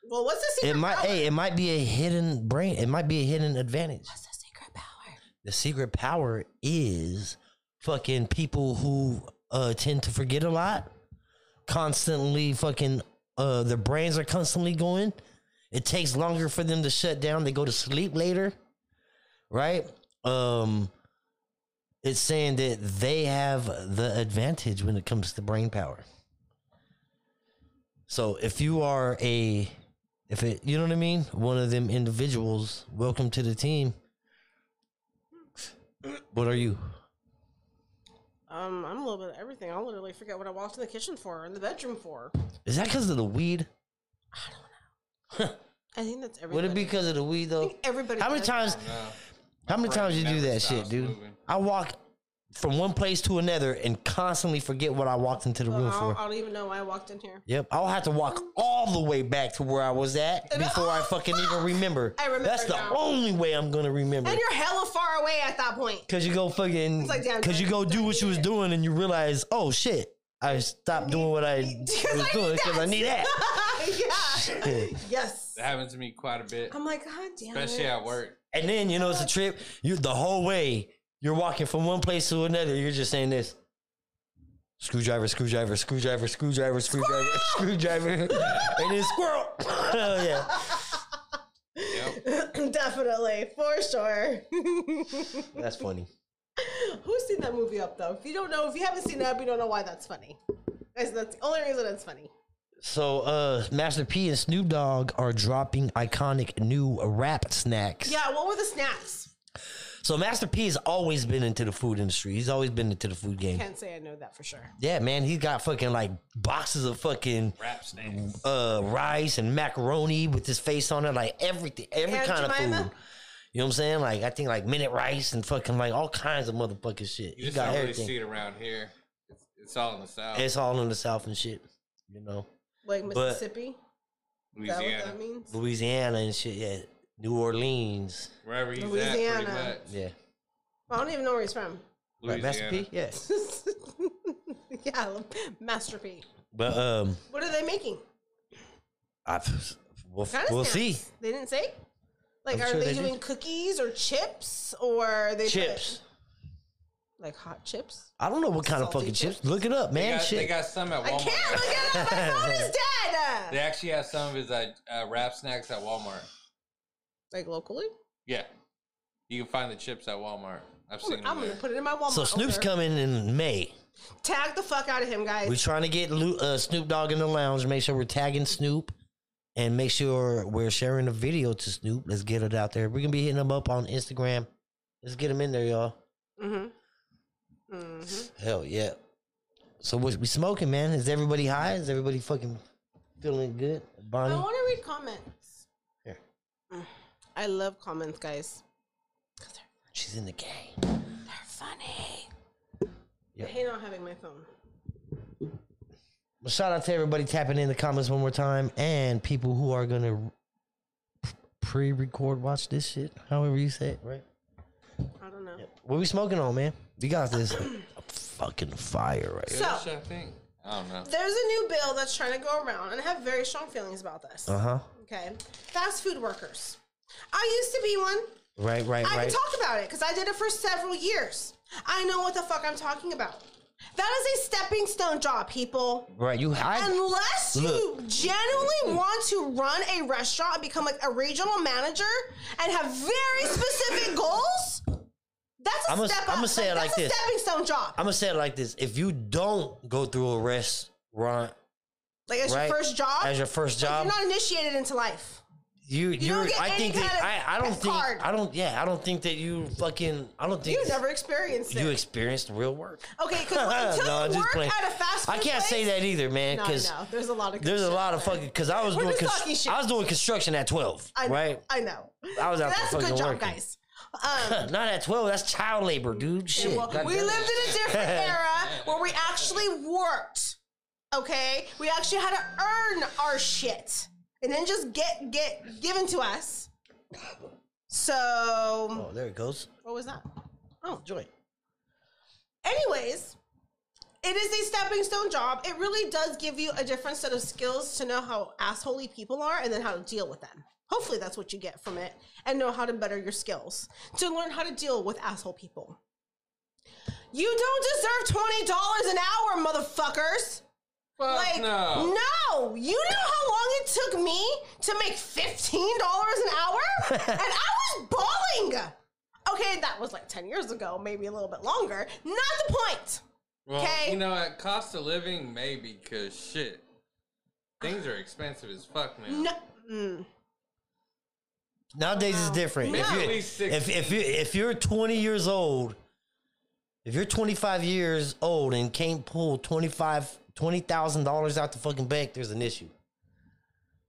Speaker 2: Well, what's the
Speaker 1: it
Speaker 2: secret
Speaker 1: might
Speaker 2: power?
Speaker 1: hey, it might be a hidden brain. It might be a hidden advantage.
Speaker 2: What's the secret power?
Speaker 1: The secret power is fucking people who uh, tend to forget a lot, constantly fucking, uh, their brains are constantly going. It takes longer for them to shut down. They go to sleep later, right? Um, it's saying that they have the advantage when it comes to brain power. So if you are a, if it, you know what I mean, one of them individuals, welcome to the team. What are you?
Speaker 2: Um, I'm a little bit of everything. I literally forget what I walked in the kitchen for, or in the bedroom for.
Speaker 1: Is that because of the weed?
Speaker 2: I think that's everything.
Speaker 1: Would it be because of the weed though?
Speaker 2: everybody?
Speaker 1: How many
Speaker 2: does
Speaker 1: times?
Speaker 3: No.
Speaker 1: How many times you do
Speaker 3: never
Speaker 1: that
Speaker 3: stops
Speaker 1: shit, dude?
Speaker 3: moving.
Speaker 1: I walk from one place to another and constantly forget what I walked into the
Speaker 2: that.
Speaker 1: room
Speaker 2: I don't,
Speaker 1: for.
Speaker 2: I don't even know why I walked in here.
Speaker 1: Yep, I'll have to walk all the way back to where I was at
Speaker 2: And-
Speaker 1: before I
Speaker 2: oh,
Speaker 1: fucking
Speaker 2: fuck!
Speaker 1: even remember.
Speaker 2: I remember
Speaker 1: That's the
Speaker 2: now.
Speaker 1: only way I'm gonna remember.
Speaker 2: And you're hella far away at that point.
Speaker 1: Cause you go fucking,
Speaker 2: like, damn,
Speaker 1: cause you go
Speaker 2: don't
Speaker 1: do what you was
Speaker 2: need it.
Speaker 1: doing and you realize, oh shit, I stopped doing what I
Speaker 2: Because
Speaker 1: was
Speaker 2: I
Speaker 1: doing
Speaker 2: need
Speaker 1: because I
Speaker 2: that.
Speaker 1: need that.
Speaker 2: yeah. yes.
Speaker 3: That happens to me quite a bit,
Speaker 2: I'm like, God damn.
Speaker 3: especially
Speaker 2: it.
Speaker 3: at work.
Speaker 1: And then you know it's a trip. You the whole way you're walking from one place to another. You're just saying this: screwdriver, screwdriver, screwdriver, screwdriver, screwdriver, screwdriver, and then squirrel. Hell yeah!
Speaker 3: Yep.
Speaker 2: Definitely, for sure.
Speaker 1: That's funny.
Speaker 2: Who's seen that movie up though? If you don't know, if you haven't seen it up, you don't know why that's funny. Guys, that's the only reason it's funny.
Speaker 1: So, uh, Master P and Snoop Dogg are dropping iconic new rap snacks.
Speaker 2: Yeah, what were the snacks?
Speaker 1: So Master P has always been into the food industry. He's always been into the food game.
Speaker 2: Can't say I know that for sure.
Speaker 1: Yeah, man, he's got fucking like boxes of fucking
Speaker 3: Rap snacks.
Speaker 1: uh, rice and macaroni with his face on it, like everything, every
Speaker 2: Aunt
Speaker 1: kind
Speaker 2: Jemima?
Speaker 1: of food. You know what I'm saying? Like I think like minute rice and fucking like all kinds of motherfucking shit. You
Speaker 3: You just
Speaker 1: got
Speaker 3: don't really
Speaker 1: everything.
Speaker 3: see it around here. It's, it's all in the south,
Speaker 1: It's all in the south and shit. You know,
Speaker 2: Like
Speaker 1: But-
Speaker 2: Mississippi. Is that what
Speaker 3: Louisiana,
Speaker 2: that means?
Speaker 1: Louisiana and shit. Yeah, New Orleans.
Speaker 3: wherever he's at,
Speaker 2: Louisiana.
Speaker 3: pretty much.
Speaker 1: Yeah,
Speaker 2: I don't even know where he's from.
Speaker 1: like Master
Speaker 3: Louisiana.
Speaker 1: P. Yeah,
Speaker 2: yeah, Master P.
Speaker 1: but um,
Speaker 2: What are they making?
Speaker 1: I, we'll,
Speaker 2: Kind of
Speaker 1: we'll
Speaker 2: snacks.
Speaker 1: see.
Speaker 2: They didn't say. Like,
Speaker 1: I'm
Speaker 2: are
Speaker 1: sure
Speaker 2: they,
Speaker 1: they did.
Speaker 2: doing cookies or chips or are they put-
Speaker 1: Chips.
Speaker 2: like hot chips?
Speaker 1: I don't know what kind of
Speaker 2: Salty
Speaker 1: fucking chips.
Speaker 2: chips.
Speaker 1: Look it up,
Speaker 3: They
Speaker 1: man.
Speaker 3: got,
Speaker 1: shit.
Speaker 3: they got some at
Speaker 2: I
Speaker 3: Walmart.
Speaker 2: can't look it up. My phone is dead.
Speaker 3: They actually have some of his uh, uh, rap snacks at Walmart.
Speaker 2: Like locally,
Speaker 3: Yeah, you can find the chips at Walmart. I've
Speaker 2: I'm
Speaker 3: seen them.
Speaker 2: gonna
Speaker 3: there.
Speaker 2: put it in my Walmart.
Speaker 1: so Snoop's
Speaker 2: order.
Speaker 1: coming in May.
Speaker 2: Tag the fuck out of him, guys.
Speaker 1: We're trying to get Lu- uh, Snoop Dogg in the lounge. Make sure we're tagging Snoop and make sure we're sharing the video to Snoop. Let's get it out there. We're going to be hitting him up on Instagram. Let's get him in there, y'all.
Speaker 2: mm-hmm. Mm-hmm.
Speaker 1: Hell yeah. So what we smoking, man? Is everybody high? Is everybody fucking feeling good? Bonnie?
Speaker 2: I want to read comments.
Speaker 1: Here.
Speaker 2: I love comments, guys.
Speaker 1: She's in the game.
Speaker 2: They're funny.
Speaker 1: Yeah.
Speaker 2: I hate not having my phone.
Speaker 1: Well, shout out to everybody tapping in the comments one more time and people who are going to pre record watch this shit, however you say it, right?
Speaker 2: I don't know.
Speaker 1: What we smoking on, man? You got this. fucking fire right here.
Speaker 2: So
Speaker 3: Shit, I think. I don't know.
Speaker 2: there's a new bill that's trying to go around, and I have very strong feelings about this.
Speaker 1: Uh huh.
Speaker 2: Okay, fast food workers. I used to be one.
Speaker 1: Right, right,
Speaker 2: I
Speaker 1: right.
Speaker 2: can talk about it because I did it for several years. I know what the fuck I'm talking about. That is a stepping stone job, people.
Speaker 1: right, you. I,
Speaker 2: Unless you
Speaker 1: Look.
Speaker 2: genuinely want to run a restaurant and become like a regional manager and have very specific goals, that's a
Speaker 1: I'ma-
Speaker 2: step up.
Speaker 1: I'ma say it like
Speaker 2: that's
Speaker 1: this.
Speaker 2: a stepping stone job.
Speaker 1: I'm gonna say it like this: If you don't go through a restaurant
Speaker 2: like it's
Speaker 1: right,
Speaker 2: your first job.
Speaker 1: as your first
Speaker 2: like,
Speaker 1: job,
Speaker 2: you're not initiated into life.
Speaker 1: you you.
Speaker 2: don't
Speaker 1: are
Speaker 2: get
Speaker 1: I
Speaker 2: any
Speaker 1: think
Speaker 2: kind
Speaker 1: that
Speaker 2: of
Speaker 1: I I don't think
Speaker 2: card.
Speaker 1: I don't yeah I don't think that you fucking I don't think
Speaker 2: You never experienced it.
Speaker 1: you experienced real work.
Speaker 2: okay, because
Speaker 1: No,
Speaker 2: until
Speaker 1: I'm
Speaker 2: you
Speaker 1: just
Speaker 2: work
Speaker 1: playing.
Speaker 2: at a fast food
Speaker 1: I can't
Speaker 2: place,
Speaker 1: say that either, man.
Speaker 2: No, I
Speaker 1: Because
Speaker 2: know. There's a lot of
Speaker 1: there's a
Speaker 2: good
Speaker 1: lot of
Speaker 2: shit out there.
Speaker 1: fucking. Because I was
Speaker 2: We're
Speaker 1: doing
Speaker 2: just talking
Speaker 1: cons-
Speaker 2: shit.
Speaker 1: I was doing construction at twelve,
Speaker 2: I know,
Speaker 1: right?
Speaker 2: I know.
Speaker 1: I was out
Speaker 2: That's
Speaker 1: there
Speaker 2: a good
Speaker 1: fucking
Speaker 2: job,
Speaker 1: working.
Speaker 2: guys. Um,
Speaker 1: Not at twelve. That's child labor, dude. Shit.
Speaker 2: well,
Speaker 1: God
Speaker 2: we
Speaker 1: damn it.
Speaker 2: lived in a different era where we actually worked. Okay, we actually had to earn our shit and then just get get given to us. So
Speaker 1: Oh, there it goes.
Speaker 2: what was that? Oh,
Speaker 1: Joint.
Speaker 2: anyways it is a stepping stone job it really does give you a different set of skills to know how assholey people are and then how to deal with them hopefully that's what you get from it and know how to better your skills to learn how to deal with asshole people you don't deserve $20 an hour motherfuckers
Speaker 3: Fuck
Speaker 2: like
Speaker 3: no.
Speaker 2: no you know how long it took me to make $15 an hour and i was bawling okay that was like 10 years ago maybe a little bit longer not the point
Speaker 3: Well,
Speaker 2: okay.
Speaker 3: you know, at cost of living, maybe, because shit, things are expensive as fuck now.
Speaker 2: No. Mm.
Speaker 1: Nowadays it's different.
Speaker 2: No.
Speaker 1: If,
Speaker 3: At
Speaker 1: you,
Speaker 3: least six.
Speaker 1: if if you if you're 20 years old, if you're 25 years old and can't pull 25 twenty thousand dollars out the fucking bank, there's an issue.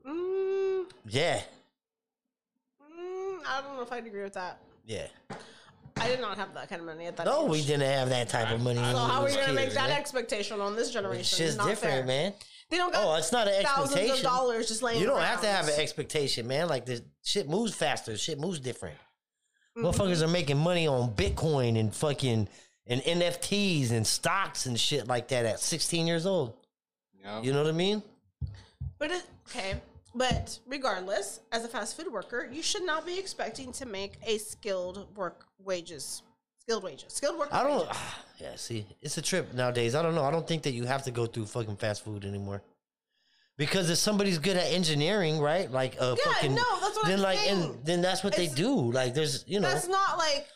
Speaker 2: Mm,
Speaker 1: Yeah,
Speaker 2: mm, I don't know if I'd agree with that.
Speaker 1: yeah.
Speaker 2: I did not have that kind of money at that
Speaker 1: No,
Speaker 2: age.
Speaker 1: we didn't have that type of money.
Speaker 2: So how are you gonna make that
Speaker 1: man.
Speaker 2: expectation on this generation?
Speaker 1: It's just
Speaker 2: Not
Speaker 1: different,
Speaker 2: fair.
Speaker 1: man.
Speaker 2: They don't got
Speaker 1: Oh, it's not an
Speaker 2: thousands of
Speaker 1: expectation.
Speaker 2: dollars just laying.
Speaker 1: You don't have to
Speaker 2: around.
Speaker 1: have an expectation, man. Like the shit moves faster. Shit moves different.
Speaker 2: Mm-hmm.
Speaker 1: Motherfuckers are making money on Bitcoin and fucking and NFTs and stocks and shit like that at 16 years old.
Speaker 3: Yep.
Speaker 1: You know what I mean?
Speaker 2: But it, okay, but regardless, as a fast food worker, you should not be expecting to make a skilled work wages, skilled wages, skilled work.
Speaker 1: I don't. Yeah, see, it's a trip nowadays. I don't know. I don't think that you have to go through fucking fast food anymore. Because if somebody's good at engineering, right? Like a
Speaker 2: Yeah,
Speaker 1: fucking
Speaker 2: no, that's what
Speaker 1: then
Speaker 2: I'm
Speaker 1: like
Speaker 2: saying.
Speaker 1: and then that's what
Speaker 2: It's-
Speaker 1: they do. Like there's you know
Speaker 2: That's not like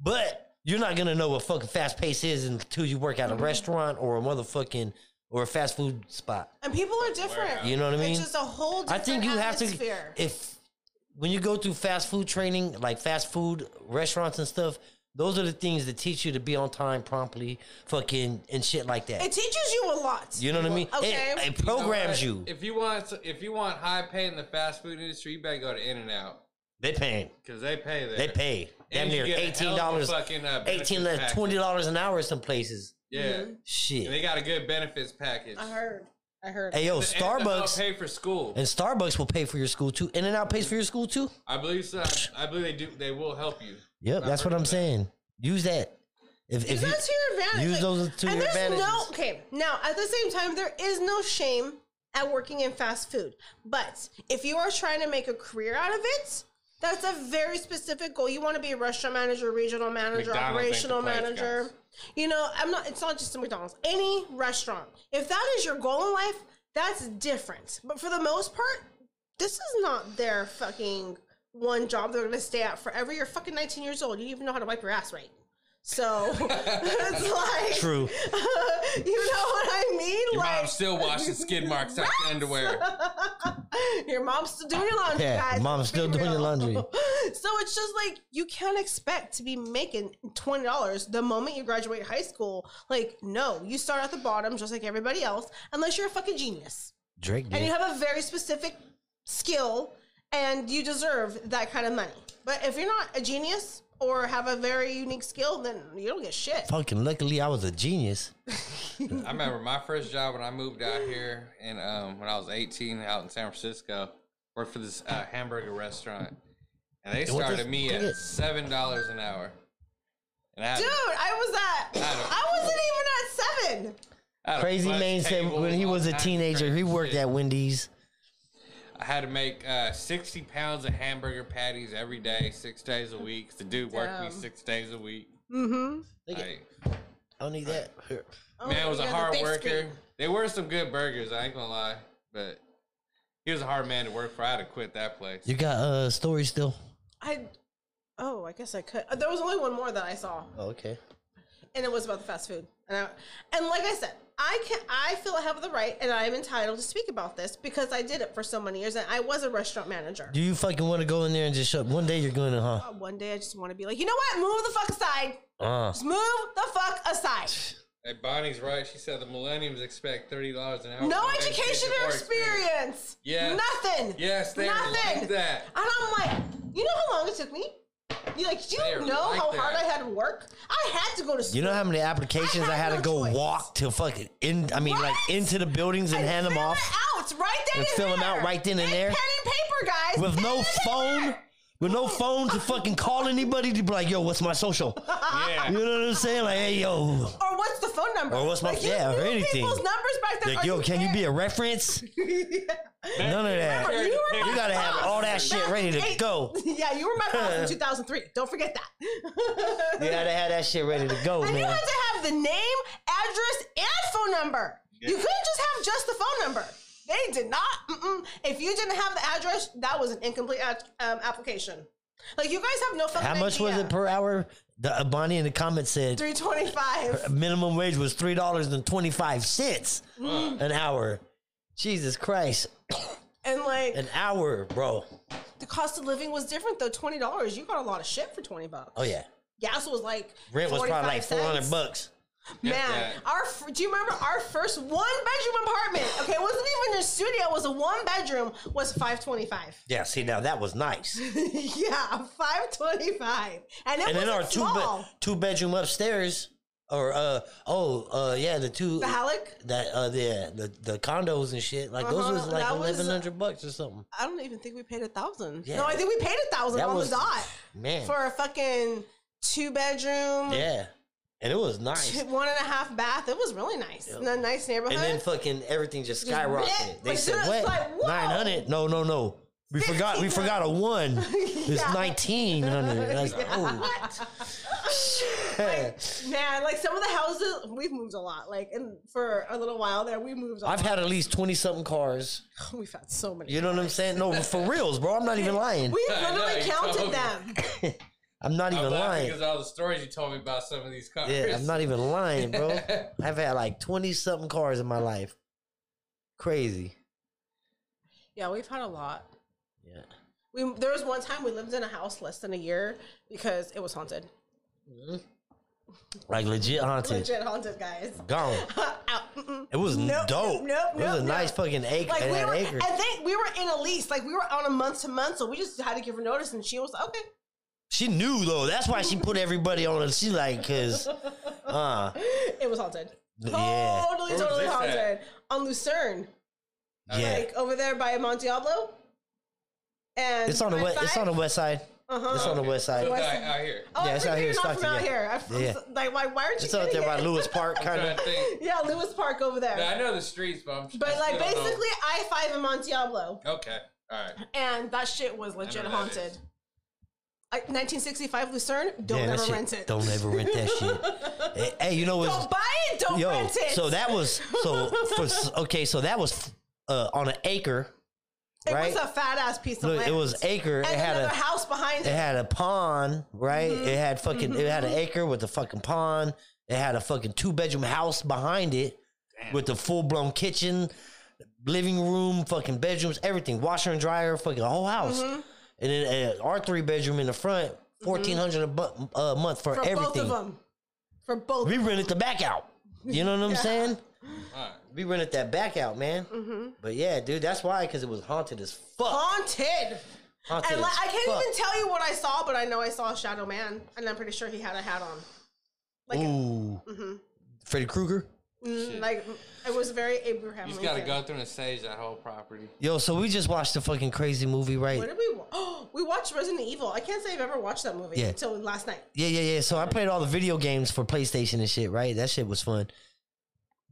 Speaker 1: But you're not gonna know what fucking fast pace is until you work at
Speaker 2: Mm-hmm.
Speaker 1: a restaurant or a motherfucking or a fast food spot.
Speaker 2: and people are different.
Speaker 1: You know what I mean?
Speaker 2: It's just a whole.
Speaker 1: I
Speaker 2: Different
Speaker 1: think you have to
Speaker 2: atmosphere.
Speaker 1: if when you go through fast food training, like fast food restaurants and stuff, those are the things that teach you to be on time promptly, fucking and shit like that.
Speaker 2: It teaches you a lot.
Speaker 1: you know what I mean?
Speaker 2: Okay.
Speaker 1: It, it
Speaker 3: You know
Speaker 1: programs
Speaker 3: what?
Speaker 1: you.
Speaker 3: If you want, if you want high pay in the fast food industry, you better go to In and Out
Speaker 1: they paying.
Speaker 3: because they pay there.
Speaker 1: They pay. Damn
Speaker 3: And you
Speaker 1: near
Speaker 3: get a
Speaker 1: eighteen
Speaker 3: hell of
Speaker 1: dollars
Speaker 3: a fucking, uh, benefits
Speaker 1: eighteen to
Speaker 3: package.
Speaker 1: twenty dollars an hour some places.
Speaker 3: Yeah,
Speaker 1: Shit.
Speaker 3: And they got a good benefits package.
Speaker 2: Mm-hmm. I heard. I heard.
Speaker 1: hey yo,
Speaker 3: And they'll
Speaker 1: Starbucks
Speaker 3: pay for school.
Speaker 1: and Starbucks will pay for your school too. In and out pays for your school too?
Speaker 3: I believe so. I, I believe they do. They will help you.
Speaker 1: Yep,
Speaker 3: I've
Speaker 1: that's what
Speaker 3: heard
Speaker 1: I'm
Speaker 3: of that.
Speaker 1: saying. Use that. If, if
Speaker 2: Use
Speaker 1: you,
Speaker 2: that to your advantage.
Speaker 1: Use those to
Speaker 2: and
Speaker 1: your
Speaker 2: there's
Speaker 1: advantage.
Speaker 2: No, okay. Now, at the same time, there is no shame at working in fast food. But if you are trying to make a career out of it, that's a very specific goal. You want to be a restaurant manager, regional manager,
Speaker 3: McDonald's ain't the
Speaker 2: operational
Speaker 3: place,
Speaker 2: manager.
Speaker 3: guys.
Speaker 2: You know, I'm not. It's not just a McDonald's. Any restaurant. If that is your goal in life, that's different. But for the most part, this is not their fucking one job they're gonna stay at forever. You're fucking 19 years old. You don't even know how to wipe your ass right. So it's like
Speaker 1: True.
Speaker 2: you know what I mean?
Speaker 3: Your
Speaker 2: like
Speaker 3: mom's still washing skid marks out the underwear.
Speaker 2: your mom's still doing your laundry.
Speaker 1: Yeah,
Speaker 2: guys.
Speaker 1: mom's
Speaker 2: Let's
Speaker 1: still
Speaker 2: be
Speaker 1: doing your
Speaker 2: real.
Speaker 1: laundry.
Speaker 2: so it's just like you can't expect to be making twenty dollars the moment you graduate high school. Like, no, you start at the bottom just like everybody else, unless you're a fucking genius
Speaker 1: Drake
Speaker 2: and
Speaker 1: did.
Speaker 2: you have a very specific skill and you deserve that kind of money. But if you're not a genius or have a very unique skill, then you don't get shit.
Speaker 1: Fucking luckily, I was a genius.
Speaker 3: I remember my first job when I moved out here, and um, when I was 18, out in San Francisco, worked for this uh, hamburger restaurant, and they
Speaker 1: what the
Speaker 3: started me
Speaker 1: fuck
Speaker 3: at
Speaker 1: is-
Speaker 3: seven dollars an hour. And I had,
Speaker 2: Dude, I was at.
Speaker 3: don't-
Speaker 2: I wasn't even at seven.
Speaker 3: I had a
Speaker 1: Crazy
Speaker 3: plus
Speaker 1: man said
Speaker 3: table,
Speaker 1: when he was a
Speaker 3: all kinds of
Speaker 1: teenager, he
Speaker 3: crazy
Speaker 1: worked
Speaker 3: shit.
Speaker 1: at Wendy's.
Speaker 3: I had to make uh, 60 pounds of hamburger patties every day, six days a week. The dude worked me
Speaker 2: Damn.
Speaker 3: six days a week.
Speaker 1: Look at-
Speaker 3: Like,
Speaker 1: I don't need that. Here.
Speaker 2: Mm-hmm. Oh,
Speaker 3: man was a
Speaker 2: you're the
Speaker 3: hard
Speaker 2: big
Speaker 3: worker.
Speaker 2: screen.
Speaker 3: They were some good burgers, I ain't gonna lie. But he was a hard man to work for. I had to quit that place.
Speaker 1: You got uh story still?
Speaker 2: I. Oh, I guess I could. There was only one more that I saw,
Speaker 1: Oh, okay.
Speaker 2: and it was about the fast food. And I, and like I said, I can. I feel I have the right, and I am entitled to speak about this because I did it for so many years, and I was a restaurant manager.
Speaker 1: Do you fucking want to go in there and just shut? One day you're going to, huh?
Speaker 2: Uh, One day, I just want to be like, you know what? Move the fuck aside.
Speaker 1: Uh,
Speaker 2: Just move the fuck aside.
Speaker 3: Hey, Bonnie's right. She said the millenniums expect thirty dollars an hour.
Speaker 2: No
Speaker 3: for
Speaker 2: education or experience.
Speaker 3: Yes.
Speaker 2: Nothing.
Speaker 3: Yes, they are like that.
Speaker 2: And I'm like, you know how long it took me? You like, do you
Speaker 3: They are
Speaker 2: know
Speaker 3: like
Speaker 2: how hard
Speaker 3: that.
Speaker 2: I had to work? I had to go to school.
Speaker 1: you know how many applications I
Speaker 2: I
Speaker 1: had,
Speaker 2: had
Speaker 1: to
Speaker 2: no
Speaker 1: go
Speaker 2: choice.
Speaker 1: walk to fucking in? I mean, like
Speaker 2: Right?
Speaker 1: into the buildings and
Speaker 2: I
Speaker 1: hand them
Speaker 2: fill
Speaker 1: off.
Speaker 2: it out right then
Speaker 1: and
Speaker 2: and,
Speaker 1: fill 'em
Speaker 2: there.
Speaker 1: out right then and
Speaker 2: And
Speaker 1: there.
Speaker 2: Pen and paper, guys.
Speaker 1: with
Speaker 2: And
Speaker 1: no
Speaker 2: then they
Speaker 1: phone,
Speaker 2: there.
Speaker 1: with no phone to fucking call anybody to be like, yo, what's my social? You
Speaker 3: Yeah.
Speaker 1: know what I'm saying? Like, hey, yo,
Speaker 2: Or what's the phone number?
Speaker 1: Or what's my-
Speaker 2: like, you
Speaker 1: yeah, or
Speaker 2: knew
Speaker 1: anything.
Speaker 2: People's numbers back then.
Speaker 1: like, yo, can you be a reference? None of
Speaker 2: Remember,
Speaker 1: that.
Speaker 2: you were my
Speaker 1: You gotta have
Speaker 2: boss
Speaker 1: all that
Speaker 2: back
Speaker 1: shit ready to
Speaker 2: in eight-
Speaker 1: go.
Speaker 2: Yeah, you were my boss in 2003. Don't forget that.
Speaker 1: You gotta have that shit ready to go,
Speaker 2: And you
Speaker 1: man.
Speaker 2: had to have the name, address, and phone number. You couldn't just have just the phone number. They did not. Mm-mm. If you didn't have the address, that was an incomplete ad- um, application. Like you guys have no fucking.
Speaker 1: How much was it per hour? The, uh, Bonnie in the comments said
Speaker 2: Three twenty-five.
Speaker 1: minimum wage was three dollars and twenty five cents
Speaker 2: Mm.
Speaker 1: an hour. Jesus Christ,
Speaker 2: And like
Speaker 1: an hour, bro.
Speaker 2: the cost of living was different though. Twenty dollars, you got a lot of shit for twenty bucks.
Speaker 1: Oh yeah,
Speaker 2: Gas was like
Speaker 1: rent was probably
Speaker 2: 45
Speaker 1: like four hundred
Speaker 2: cents.
Speaker 1: bucks.
Speaker 2: Man,
Speaker 3: that.
Speaker 2: our f- do you remember our first one bedroom apartment? Okay, it wasn't even a studio. It was a one bedroom. Was five twenty-five.
Speaker 1: Yeah, see now that was nice.
Speaker 2: yeah, five twenty-five, and it
Speaker 1: and
Speaker 2: was
Speaker 1: then our two
Speaker 2: small.
Speaker 1: be- two bedroom upstairs, or uh oh uh yeah the two
Speaker 2: the Halleck,
Speaker 1: that uh the the, the condos and shit like those
Speaker 2: Uh-huh,
Speaker 1: was like
Speaker 2: that was-
Speaker 1: eleven hundred bucks or something.
Speaker 2: I don't even think we paid a thousand.
Speaker 1: Yeah.
Speaker 2: No, I think we paid a thousand
Speaker 1: That
Speaker 2: on
Speaker 1: was-
Speaker 2: the dot
Speaker 1: Man,
Speaker 2: for a fucking two-bedroom,
Speaker 1: yeah, and it was nice.
Speaker 2: two- one and a half bath. It was really nice. In a nice neighborhood.
Speaker 1: And then fucking everything just
Speaker 2: Just
Speaker 1: skyrocketed.
Speaker 2: went-
Speaker 1: they
Speaker 2: like,
Speaker 1: said
Speaker 2: it's
Speaker 1: what
Speaker 2: like, whoa.
Speaker 1: nine hundred? No no no. We forgot we forgot a one. It's
Speaker 2: Yeah.
Speaker 1: nineteen hundred. Like, oh.
Speaker 2: Man, like some of the houses, we've moved a lot. Like, and for a little while there, we moved. A
Speaker 1: I've
Speaker 2: lot.
Speaker 1: had at least twenty something cars.
Speaker 2: we've had so many.
Speaker 1: You know what I'm saying? No, for reals, bro. I'm not even lying.
Speaker 2: We've
Speaker 3: I know,
Speaker 2: literally
Speaker 3: you told
Speaker 2: counted
Speaker 3: me.
Speaker 2: them.
Speaker 1: I'm not even
Speaker 3: I'm laughing
Speaker 1: lying.
Speaker 3: because all the stories you told me about some of these cars.
Speaker 1: Yeah, I'm not even lying, bro. I've had like 20 something cars in my life. Crazy.
Speaker 2: Yeah, we've had a lot.
Speaker 1: Yeah.
Speaker 2: We there was one time we lived in a house less than a year because it was haunted.
Speaker 1: Like legit haunted.
Speaker 2: Legit haunted, guys.
Speaker 1: Gone.
Speaker 2: Out. Mm-mm.
Speaker 1: It was
Speaker 2: Nope,
Speaker 1: dope.
Speaker 2: nope,
Speaker 1: it was a
Speaker 2: nope,
Speaker 1: nice
Speaker 2: nope.
Speaker 1: fucking acre.
Speaker 2: Like
Speaker 1: it
Speaker 2: we
Speaker 1: had
Speaker 2: were,
Speaker 1: acres.
Speaker 2: and they, we were in a lease. Like we were on a month to month, so we just had to give her notice, and she was okay.
Speaker 1: She knew though. That's why she put everybody on it. She like, cause, uh,
Speaker 2: It was haunted.
Speaker 1: yeah,
Speaker 2: Totally,
Speaker 3: Where was
Speaker 2: totally
Speaker 3: this at?
Speaker 2: haunted. On Lucerne,
Speaker 1: yeah.
Speaker 2: like over there by Mont Diablo. And
Speaker 1: It's on the west. It's on the west side.
Speaker 2: Uh-huh.
Speaker 1: It's on the west side.
Speaker 3: Out,
Speaker 2: West-
Speaker 3: out here.
Speaker 2: Oh,
Speaker 1: yeah,
Speaker 2: yeah,
Speaker 1: it's
Speaker 2: it's
Speaker 1: out here in
Speaker 2: Not from out
Speaker 1: Stockton,
Speaker 2: here.
Speaker 1: yeah.
Speaker 2: I- I'm
Speaker 1: Yeah.
Speaker 2: so- Like, why, why aren't you?
Speaker 1: It's out there
Speaker 2: getting
Speaker 1: by
Speaker 2: it?
Speaker 1: Lewis Park,
Speaker 3: I'm
Speaker 1: kind
Speaker 3: trying
Speaker 1: of.
Speaker 3: to think.
Speaker 2: yeah, Lewis Park over there.
Speaker 3: Now, I know the streets, but I'm I
Speaker 2: But like
Speaker 3: still don't know.
Speaker 2: basically, I five in Mont Diablo,
Speaker 3: Okay. All right.
Speaker 2: and that shit was legit
Speaker 3: know that
Speaker 2: haunted.
Speaker 3: is.
Speaker 2: Like 1965 Lucerne, don't
Speaker 1: Damn, that
Speaker 2: ever
Speaker 1: shit-
Speaker 2: rent it.
Speaker 1: Don't ever rent that shit. Hey, you know what's
Speaker 2: Don't buy it. Don't
Speaker 1: Yo,
Speaker 2: rent it.
Speaker 1: so that was so for okay, so that was uh, on an acre,
Speaker 2: it
Speaker 1: right?
Speaker 2: was a fat ass piece of
Speaker 1: Look,
Speaker 2: land.
Speaker 1: it was acre. It
Speaker 2: and
Speaker 1: had
Speaker 2: another
Speaker 1: a
Speaker 2: house Mm-hmm. behind
Speaker 1: it
Speaker 2: it.
Speaker 1: had a pond, right? It had fucking it had
Speaker 2: Mm-hmm.
Speaker 1: an acre with a fucking pond. It had a fucking two bedroom house behind it with the full blown kitchen, living room, fucking bedrooms, everything, washer and dryer, fucking whole house.
Speaker 2: Mm-hmm.
Speaker 1: And then uh, our three bedroom in the front, fourteen hundred a bu- uh, month for,
Speaker 2: for both
Speaker 1: everything.
Speaker 2: of them. For both.
Speaker 1: We rented the back out. You know what I'm saying?
Speaker 3: All right.
Speaker 1: We rented that back out, man.
Speaker 2: Mm-hmm.
Speaker 1: But yeah, dude, that's why because it was haunted as fuck.
Speaker 2: haunted.
Speaker 1: Haunted
Speaker 2: And like,
Speaker 1: as
Speaker 2: I can't
Speaker 1: fuck.
Speaker 2: even tell you what I saw, but I know I saw a shadow man, and I'm pretty sure he had a hat on. Like, Mm-hmm.
Speaker 1: Ooh, Freddy Krueger.
Speaker 2: Mm,
Speaker 3: Shit.
Speaker 2: Like it was very Abraham.
Speaker 3: You just
Speaker 2: Lincoln.
Speaker 3: gotta go through and stage that whole property.
Speaker 1: Yo, so we just watched a fucking crazy movie, right?
Speaker 2: What did we? Wa- oh, we watched Resident Evil. I can't say I've ever watched that movie
Speaker 1: Yeah.
Speaker 2: until last night.
Speaker 1: Yeah, yeah, yeah. So I played all the video games for PlayStation and shit, right? That shit was fun.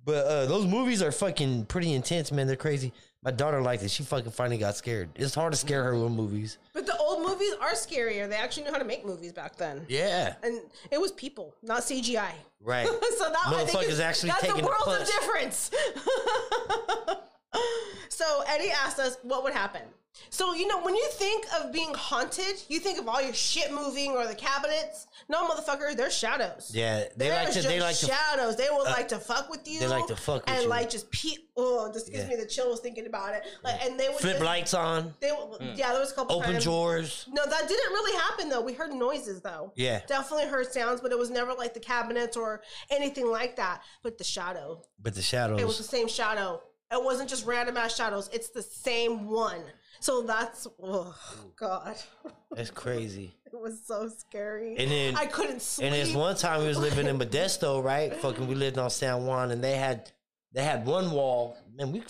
Speaker 1: But uh, those movies are fucking pretty intense, man. They're crazy. My daughter liked it. She fucking finally got scared. It's hard to scare her with movies.
Speaker 2: But the old movies are scarier. They actually knew how to make movies back then.
Speaker 1: Yeah.
Speaker 2: And it was people, not CGI.
Speaker 1: Right.
Speaker 2: so that I think
Speaker 1: Motherfuckers
Speaker 2: is,
Speaker 1: actually
Speaker 2: that's
Speaker 1: taking
Speaker 2: a
Speaker 1: the
Speaker 2: world of
Speaker 1: punch.
Speaker 2: difference. so Eddie asked us what would happen. So you know when you think of being haunted, you think of all your shit moving or the cabinets. No motherfucker, they're shadows.
Speaker 1: Yeah. They like
Speaker 2: There's
Speaker 1: to. They like
Speaker 2: just
Speaker 1: to. uh,
Speaker 2: shadows. They would like to fuck with you.
Speaker 1: they like to fuck with
Speaker 2: and
Speaker 1: you.
Speaker 2: like just pee. Oh, this gives
Speaker 1: Yeah.
Speaker 2: me the chills thinking about it. Like, and they would
Speaker 1: Flip
Speaker 2: just,
Speaker 1: lights on.
Speaker 2: They would, yeah, there was a couple.
Speaker 1: Open
Speaker 2: times-
Speaker 1: drawers.
Speaker 2: No, that didn't really happen though. We heard noises though.
Speaker 1: Yeah.
Speaker 2: definitely heard sounds, but it was never like the cabinets or anything like that. But the shadow,
Speaker 1: But the
Speaker 2: it was the
Speaker 1: shadows.
Speaker 2: same shadow. It wasn't just random ass shadows. It's the same one. So that's oh god,
Speaker 1: That's crazy.
Speaker 2: it was so scary.
Speaker 1: And then-
Speaker 2: I couldn't sleep.
Speaker 1: And there's one time we was living in Modesto, right? Fucking, we lived on San Juan, and they had they had one wall, and we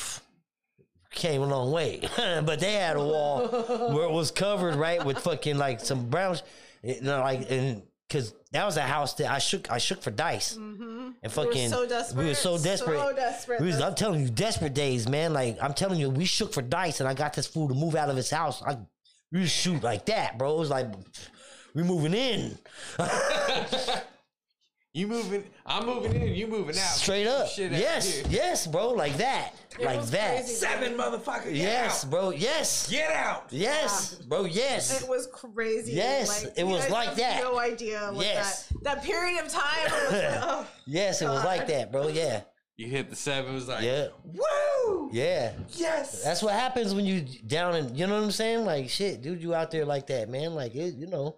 Speaker 1: came a long way, but they had a wall where it was covered, right, with fucking like some brown, sh- you know, like and because that was a house that I shook I shook for dice, and
Speaker 2: Mm-hmm. We were
Speaker 1: fucking
Speaker 2: so desperate.
Speaker 1: we were so desperate.
Speaker 2: So desperate.
Speaker 1: We was,
Speaker 2: That's-
Speaker 1: I'm telling you, desperate days, man. Like I'm telling you, we shook for dice, and I got this fool to move out of his house. I we just shoot like that, bro. It was like we moving in.
Speaker 3: You moving? I'm moving in. You moving out?
Speaker 1: Straight up.
Speaker 3: Shit out
Speaker 1: Yes.
Speaker 3: here.
Speaker 1: Yes, bro. Like that. like
Speaker 2: was
Speaker 1: that.
Speaker 2: crazy.
Speaker 3: Seven motherfucker.
Speaker 1: Yes,
Speaker 3: Out.
Speaker 1: bro. Yes.
Speaker 3: Get out.
Speaker 1: Yes, bro. Yes.
Speaker 2: It was crazy.
Speaker 1: Yes, it was
Speaker 2: you guys
Speaker 1: like
Speaker 2: have
Speaker 1: that.
Speaker 2: No idea. What
Speaker 1: Yes.
Speaker 2: that, that period of time. it was like, oh,
Speaker 1: Yes, it was like that, bro. Yeah.
Speaker 3: You hit the seven. It was like,
Speaker 1: Yeah.
Speaker 3: woo.
Speaker 1: Yeah.
Speaker 3: Yes.
Speaker 1: That's what happens when you down and you know what I'm saying? Like shit, dude, you out there like that, man. Like it, you know.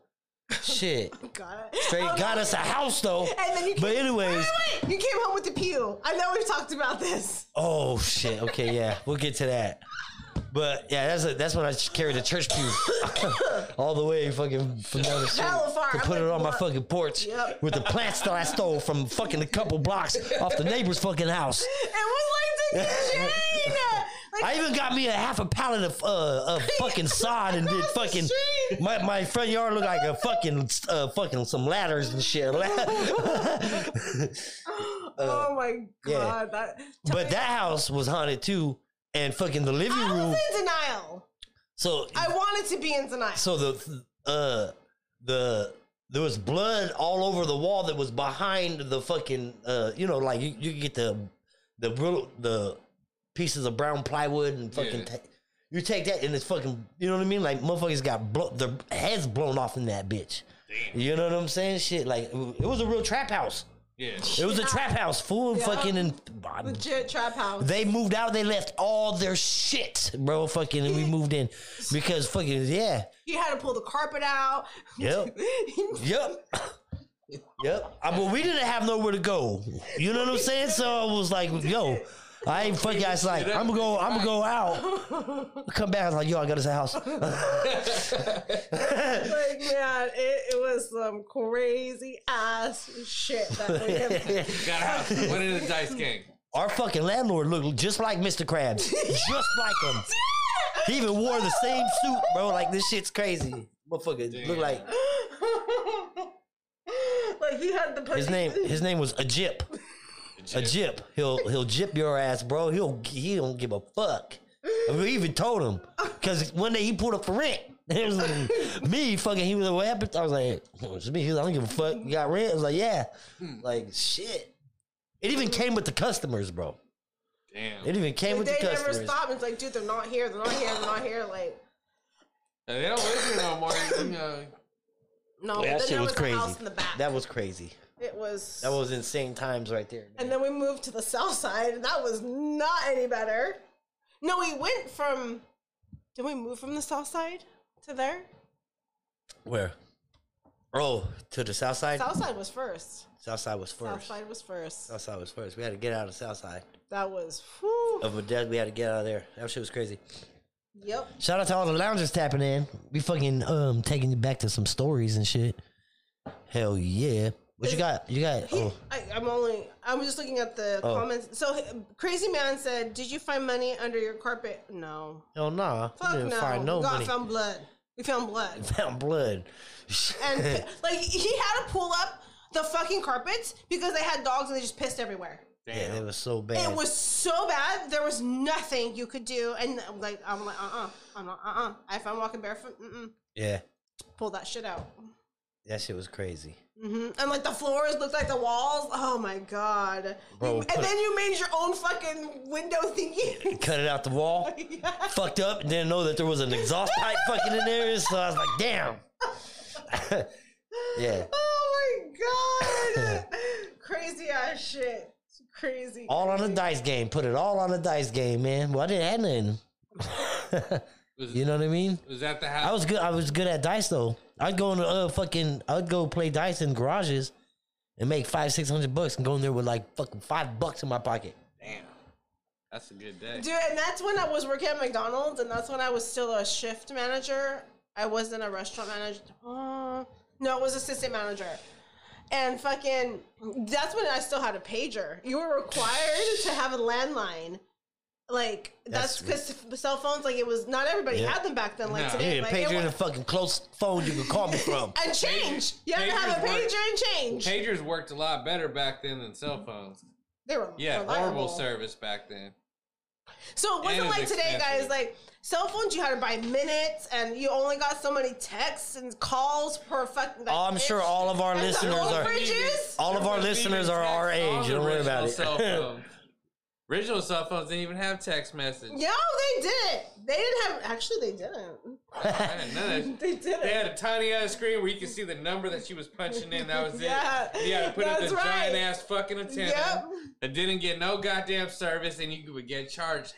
Speaker 1: Shit.
Speaker 2: God.
Speaker 1: Straight
Speaker 2: Oh,
Speaker 1: got
Speaker 2: no.
Speaker 1: us a house though.
Speaker 2: And then you
Speaker 1: But
Speaker 2: came-
Speaker 1: anyways,
Speaker 2: Wait, you came home with the pew. I know we've talked about this.
Speaker 1: oh shit. Okay, yeah. We'll get to that. But yeah, that's a, that's when I carried a church pew all the way fucking from down the street.
Speaker 2: Hella far.
Speaker 1: to
Speaker 2: I'm
Speaker 1: put
Speaker 2: like,
Speaker 1: it on my
Speaker 2: "Look."
Speaker 1: fucking porch
Speaker 2: Yep.
Speaker 1: with the plants that I stole from fucking a couple blocks off the neighbor's fucking house.
Speaker 2: It was like the chain. Like,
Speaker 1: I even got me a half a pallet of uh, of fucking sod and did
Speaker 2: Across the
Speaker 1: fucking
Speaker 2: street.
Speaker 1: my, my front yard looked like a fucking uh, fucking some ladders and shit.
Speaker 2: oh my
Speaker 1: uh,
Speaker 2: god.
Speaker 1: yeah.
Speaker 2: That, tell
Speaker 1: but
Speaker 2: me-
Speaker 1: that house was haunted too, and fucking the living
Speaker 2: I
Speaker 1: room.
Speaker 2: was in denial.
Speaker 1: So
Speaker 2: I wanted to be in denial.
Speaker 1: so the uh the there was blood all over the wall that was behind the fucking uh you know like you, you get the the real the pieces of brown plywood and fucking
Speaker 3: Yeah.
Speaker 1: ta- you take that and it's fucking you know what I mean like motherfuckers got blo- their heads blown off in that bitch you know what I'm saying shit like it wa- it was a real trap house
Speaker 3: Yeah.
Speaker 1: it was a trap house full of
Speaker 2: Yeah.
Speaker 1: fucking and
Speaker 2: Legit trap house.
Speaker 1: they moved out they left all their shit bro fucking and we moved in because fucking yeah
Speaker 2: you had to pull the carpet out.
Speaker 1: Yep. Yep. Yep. I, but we didn't have nowhere to go. You know what I'm saying? So I was like, yo, I ain't fucking guys like, I'm gonna go, I'm gonna go out. Come back, I was like, yo, I got us a house.
Speaker 2: like man, it, it was some crazy ass shit that we have.
Speaker 3: Got a house. Went in the dice game.
Speaker 1: Our fucking landlord looked just like Mr. Krabs. Just like him. He even wore the same suit, bro. Like this shit's crazy. Motherfucker look like
Speaker 2: like he had the
Speaker 1: his name his name was Ajip. Ajip. He'll he'll jip your ass, bro. He'll he don't give a fuck. And we even told him. Cause one day he pulled up for rent. It was like, me fucking he was like, what happened? I was like, "Hmm, it's me. He was like, I don't give a fuck. You got rent? I was like, yeah. Like shit. It even came with the customers, bro.
Speaker 3: Damn.
Speaker 1: It even came
Speaker 2: But
Speaker 1: with
Speaker 2: they
Speaker 1: the
Speaker 2: never
Speaker 1: customers.
Speaker 2: stop. It's like, dude, they're not here. They're not here. They're not here. Like,
Speaker 3: They don't live here no more. You know,
Speaker 2: no.
Speaker 1: That
Speaker 2: then
Speaker 1: shit
Speaker 2: there
Speaker 1: was
Speaker 2: was, a
Speaker 1: crazy.
Speaker 2: house in the back.
Speaker 1: That was crazy.
Speaker 2: it was.
Speaker 1: That was insane times right there. man.
Speaker 2: and then we moved to the south side, and that was not any better. No, we went from. Did we move from the south side to there?
Speaker 1: Where? Oh, to the south side?
Speaker 2: South side was first.
Speaker 1: South side was
Speaker 2: South
Speaker 1: first.
Speaker 2: side was first.
Speaker 1: South side was first. We had to get out of south side.
Speaker 2: That was. Whew,
Speaker 1: of Modesto. We had to get out of there. That shit was crazy.
Speaker 2: yep.
Speaker 1: Shout out to all the loungers tapping in. We fucking um taking you back to some stories and shit. Hell yeah. What you got? You got?
Speaker 2: He-
Speaker 1: Oh,
Speaker 2: I, I'm only. I'm just looking at the
Speaker 1: Oh.
Speaker 2: comments. So h- crazy man said, "Did you find money under your carpet?" No.
Speaker 1: hell nah. We
Speaker 2: Fuck
Speaker 1: didn't
Speaker 2: no.
Speaker 1: find
Speaker 2: we got
Speaker 1: nobody.
Speaker 2: found blood. We found blood.
Speaker 1: Found blood.
Speaker 2: And pi- like he had to pull up the fucking carpets because they had dogs and they just pissed everywhere.
Speaker 1: yeah, it was so bad.
Speaker 2: It was so bad. There was nothing you could do. And I'm like I'm like uh uh-uh, uh I'm not uh uh if I'm walking barefoot mm-mm,
Speaker 1: yeah,
Speaker 2: pull that shit out.
Speaker 1: that shit was crazy.
Speaker 2: hmm And like the floors looked like the walls. Oh my god!
Speaker 1: Bro,
Speaker 2: You-
Speaker 1: put-
Speaker 2: and then you made your own fucking window thingy.
Speaker 1: Cut it out the wall. Fucked up. and Didn't know that there was an exhaust pipe fucking in there. So I was like, damn. yeah.
Speaker 2: Oh my god! Crazy ass shit. It's Crazy.
Speaker 1: All on a dice game. Put it all on a dice game, man. Well, I didn't have nothing.
Speaker 3: Was,
Speaker 1: you know what I mean?
Speaker 3: was that the house?
Speaker 1: I was good. I was good at dice though. I'd go in the uh, fucking. I'd go play dice in garages, and make five, six hundred bucks, and go in there with like fucking five bucks in my pocket.
Speaker 3: Damn, that's a good day.
Speaker 2: Dude, and that's when I was working at McDonald's, and that's when I was still a shift manager. I wasn't a restaurant manager. Uh, no, I was assistant manager. And fucking, that's when I still had a pager. You were required to have a landline. Like, that's
Speaker 1: That's-
Speaker 2: because cell phones, like, it was not everybody
Speaker 1: Yeah.
Speaker 2: had them back then, like
Speaker 1: You
Speaker 3: No.
Speaker 2: today.
Speaker 1: need a
Speaker 2: Like,
Speaker 1: pager
Speaker 2: it
Speaker 1: and a
Speaker 2: was,
Speaker 1: fucking close phone you can call me from.
Speaker 2: and change. You had to
Speaker 3: Pagers
Speaker 2: have a
Speaker 3: were-
Speaker 2: pager and change.
Speaker 3: Pagers worked a lot better back then than cell phones.
Speaker 2: they were
Speaker 3: Yeah,
Speaker 2: reliable.
Speaker 3: horrible service back then.
Speaker 2: So it wasn't
Speaker 3: And it was
Speaker 2: like today, guys.
Speaker 3: expensive.
Speaker 2: Like cell phones, you had to buy minutes, and you only got so many texts and calls per fucking. Like,
Speaker 1: Oh, I'm sure
Speaker 2: bitch.
Speaker 1: all of our
Speaker 2: And the
Speaker 1: listeners
Speaker 2: old
Speaker 1: are.
Speaker 2: fridge- Bridges?
Speaker 1: All of our
Speaker 3: Everyone's
Speaker 1: listeners
Speaker 3: leaving
Speaker 1: are our
Speaker 3: texts on
Speaker 1: age.
Speaker 3: the
Speaker 1: Don't worry about
Speaker 3: original
Speaker 1: it.
Speaker 3: cell phone. original cell phones didn't even have text message.
Speaker 2: No, they didn't. They didn't have. Actually, they didn't.
Speaker 3: I didn't know that.
Speaker 2: They didn't.
Speaker 3: They had a tiny ass screen where you could see the number that she was punching in. That was it.
Speaker 2: Yeah,
Speaker 3: you had to put up
Speaker 2: that's
Speaker 3: this
Speaker 2: right.
Speaker 3: giant ass fucking antenna
Speaker 2: Yep.
Speaker 3: that didn't get no goddamn service, and you would get charged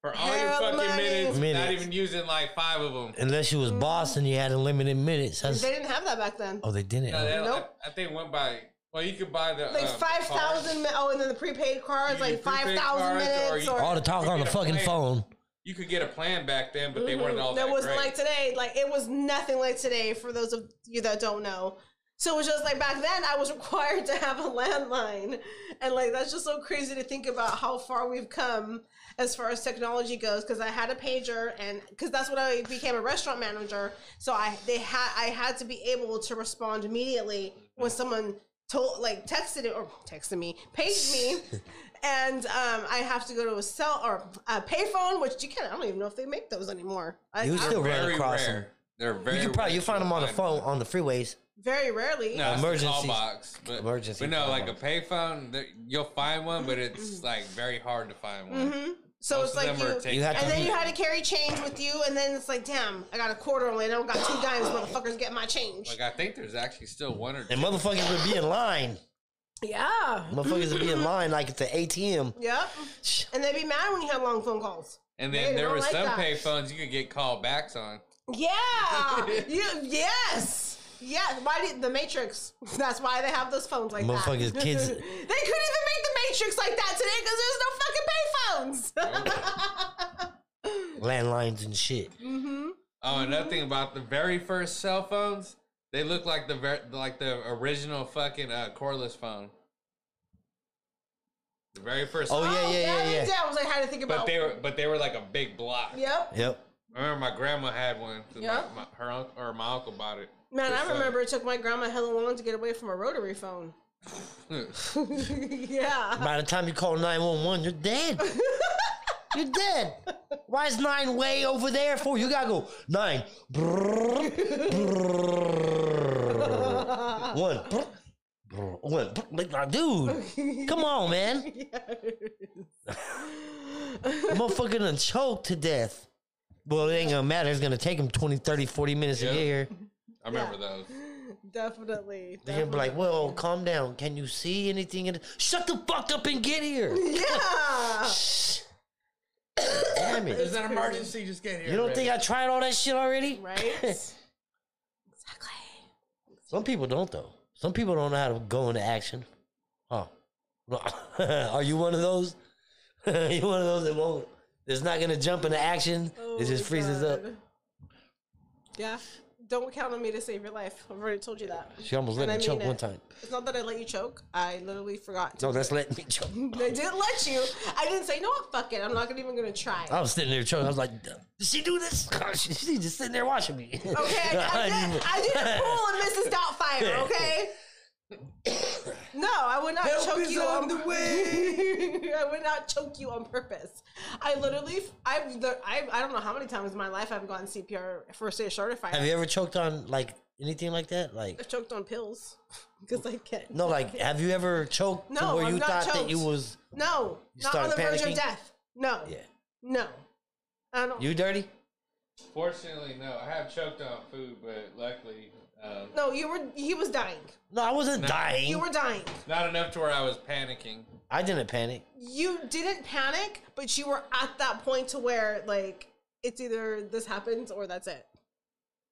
Speaker 3: for all your
Speaker 2: Hell,
Speaker 3: fucking
Speaker 2: money.
Speaker 3: minutes,
Speaker 1: Minutes.
Speaker 3: not even using like five of them.
Speaker 1: Unless you was boss and you had unlimited minutes. That's,
Speaker 2: They didn't have that back then.
Speaker 1: oh, they didn't.
Speaker 3: No, that,
Speaker 2: Nope.
Speaker 3: I, I think went by. Well, you could buy the
Speaker 2: Like
Speaker 3: um,
Speaker 2: five thousand.
Speaker 3: cards.
Speaker 2: mi- Oh, and then the prepaid cards,
Speaker 3: You
Speaker 2: like
Speaker 3: did prepaid
Speaker 2: five thousand
Speaker 3: cards, or
Speaker 2: minutes.
Speaker 3: you-
Speaker 2: Or,
Speaker 1: all the talk on the fucking phone.
Speaker 3: You could get a plan back then, but they weren't all
Speaker 2: Mm-hmm. That
Speaker 3: that
Speaker 2: wasn't
Speaker 3: great.
Speaker 2: like today. Like it was nothing like today. For those of you that don't know, so it was just like back then. I was required to have a landline, and like that's just so crazy to think about how far we've come as far as technology goes. Because I had a pager, and because that's when I became a restaurant manager. So I they had I had to be able to respond immediately when someone told like texted it or texted me paged me and um, i have to go to a cell or a payphone which you can't i don't even know if they make those anymore I,
Speaker 1: You
Speaker 2: I-
Speaker 1: still They're rare
Speaker 3: very
Speaker 1: across
Speaker 3: rare.
Speaker 1: them.
Speaker 3: They're very.
Speaker 1: You can probably you
Speaker 3: rare
Speaker 1: find
Speaker 3: to
Speaker 1: them on the
Speaker 3: find.
Speaker 1: phone on the freeways.
Speaker 2: Very rarely.
Speaker 3: No, emergency
Speaker 1: Emergencies.
Speaker 3: call box, but,
Speaker 1: Emergency
Speaker 3: But no,
Speaker 1: call
Speaker 3: like
Speaker 1: box.
Speaker 3: a payphone, there- you'll find one, but it's
Speaker 2: Mm-hmm.
Speaker 3: like very hard to find one.
Speaker 2: So it's
Speaker 3: Most of
Speaker 2: like
Speaker 3: them are
Speaker 2: you,
Speaker 3: taken
Speaker 1: You had
Speaker 2: and
Speaker 1: to-
Speaker 2: then you had to carry change with you, and then it's like, damn, I got a quarter only, and I don't got two dimes. Motherfuckers, get my change.
Speaker 3: Like I think there's actually still one or two.
Speaker 1: And motherfuckers would be in line.
Speaker 2: Yeah.
Speaker 1: Motherfuckers would be in line like it's an ATM.
Speaker 2: Yep. And they'd be mad when you had long phone calls.
Speaker 3: And
Speaker 2: They
Speaker 3: then there
Speaker 2: don't
Speaker 3: were
Speaker 2: like
Speaker 3: some
Speaker 2: that.
Speaker 3: payphones you could get call backs on.
Speaker 2: Yeah. you, yes. Yes. Why did the Matrix? That's why they have those phones like
Speaker 1: Motherfuckers,
Speaker 2: that.
Speaker 1: kids-
Speaker 2: they couldn't even make the Matrix like that today because there's no fucking payphones.
Speaker 1: landlines and shit.
Speaker 3: Oh, another thing about the very first cell phones, they look like the ver- like the original fucking uh, cordless phone. The very first,
Speaker 1: Oh, yeah, yeah, yeah,
Speaker 2: they
Speaker 1: yeah.
Speaker 2: did. I was like, how to think about.
Speaker 3: but they were but they were like a big block.
Speaker 2: Yep.
Speaker 1: Yep.
Speaker 3: I remember my grandma had one. 'cause my-
Speaker 2: Yeah.
Speaker 3: my- her uncle or my uncle bought it.
Speaker 2: Man,
Speaker 3: It's
Speaker 2: I
Speaker 3: like-
Speaker 2: remember it took my grandma hella long to get away from a rotary phone. yeah.
Speaker 1: By the time you call 911, you're dead. you're dead. Why is nine way over there for? You gotta go nine. Brrr, brrr, one. Brrr, brrr, one. brrr. Like, like, dude, come on, man. Motherfucker done choked to death. Well, it ain't gonna matter. It's gonna take him 20, 30, 40 minutes
Speaker 3: Yeah.
Speaker 1: to get here.
Speaker 3: I remember those.
Speaker 2: Definitely.
Speaker 1: They're gonna be like, well, calm down. Can you see anything? In- Shut the fuck up and get here.
Speaker 2: Yeah.
Speaker 1: Damn it.
Speaker 3: There's an emergency. Just get here.
Speaker 1: You don't think I tried all that shit already?
Speaker 2: Right? exactly.
Speaker 1: Some people don't though. Some people don't know how to go into action. Huh? Are you one of those? you one of those that won't? That's not gonna jump into action.
Speaker 2: Oh
Speaker 1: it just
Speaker 2: my
Speaker 1: freezes up.
Speaker 2: God. Yeah. Don't count on me to save your life. I've already told you that.
Speaker 1: She almost let me
Speaker 2: And I mean
Speaker 1: choke one
Speaker 2: it.
Speaker 1: time.
Speaker 2: It's not that I let you choke. I literally forgot.
Speaker 1: No, that's letting me choke.
Speaker 2: I didn't let you. I didn't say, no, fuck it. I'm not gonna- even going to try.
Speaker 1: I was sitting there choking. I was like, did she do this? She- She's just sitting there watching me.
Speaker 2: Okay, I,
Speaker 1: didn't
Speaker 2: I, did,
Speaker 1: even-
Speaker 2: I did a pool and Mrs. Doubtfire, okay? No, I would not
Speaker 1: Help
Speaker 2: choke
Speaker 1: is
Speaker 2: you
Speaker 1: on
Speaker 2: on
Speaker 1: the
Speaker 2: I would not choke you on purpose. I literally, I've, the, I've, I don't know how many times in my life I've gotten CPR first aid certified.
Speaker 1: Have you ever choked on like anything like that?
Speaker 2: I've
Speaker 1: Like
Speaker 2: choked on pills because I can't.
Speaker 1: no, like have you ever choked to
Speaker 2: No,
Speaker 1: where
Speaker 2: I'm
Speaker 1: you
Speaker 2: not
Speaker 1: thought that
Speaker 2: choked.
Speaker 1: you was
Speaker 2: No, not on the
Speaker 1: started
Speaker 2: verge
Speaker 1: panicking?
Speaker 2: of death. No,
Speaker 1: yeah
Speaker 2: no, I don't.
Speaker 1: you dirty?
Speaker 3: Fortunately, no. I have choked on food, but luckily, um,
Speaker 2: no, you were. He was dying.
Speaker 1: No, I wasn't dying.
Speaker 2: You were dying.
Speaker 3: not enough to where I was panicking.
Speaker 1: I didn't panic.
Speaker 2: you didn't panic, but you were at that point to where like it's either this happens or that's it.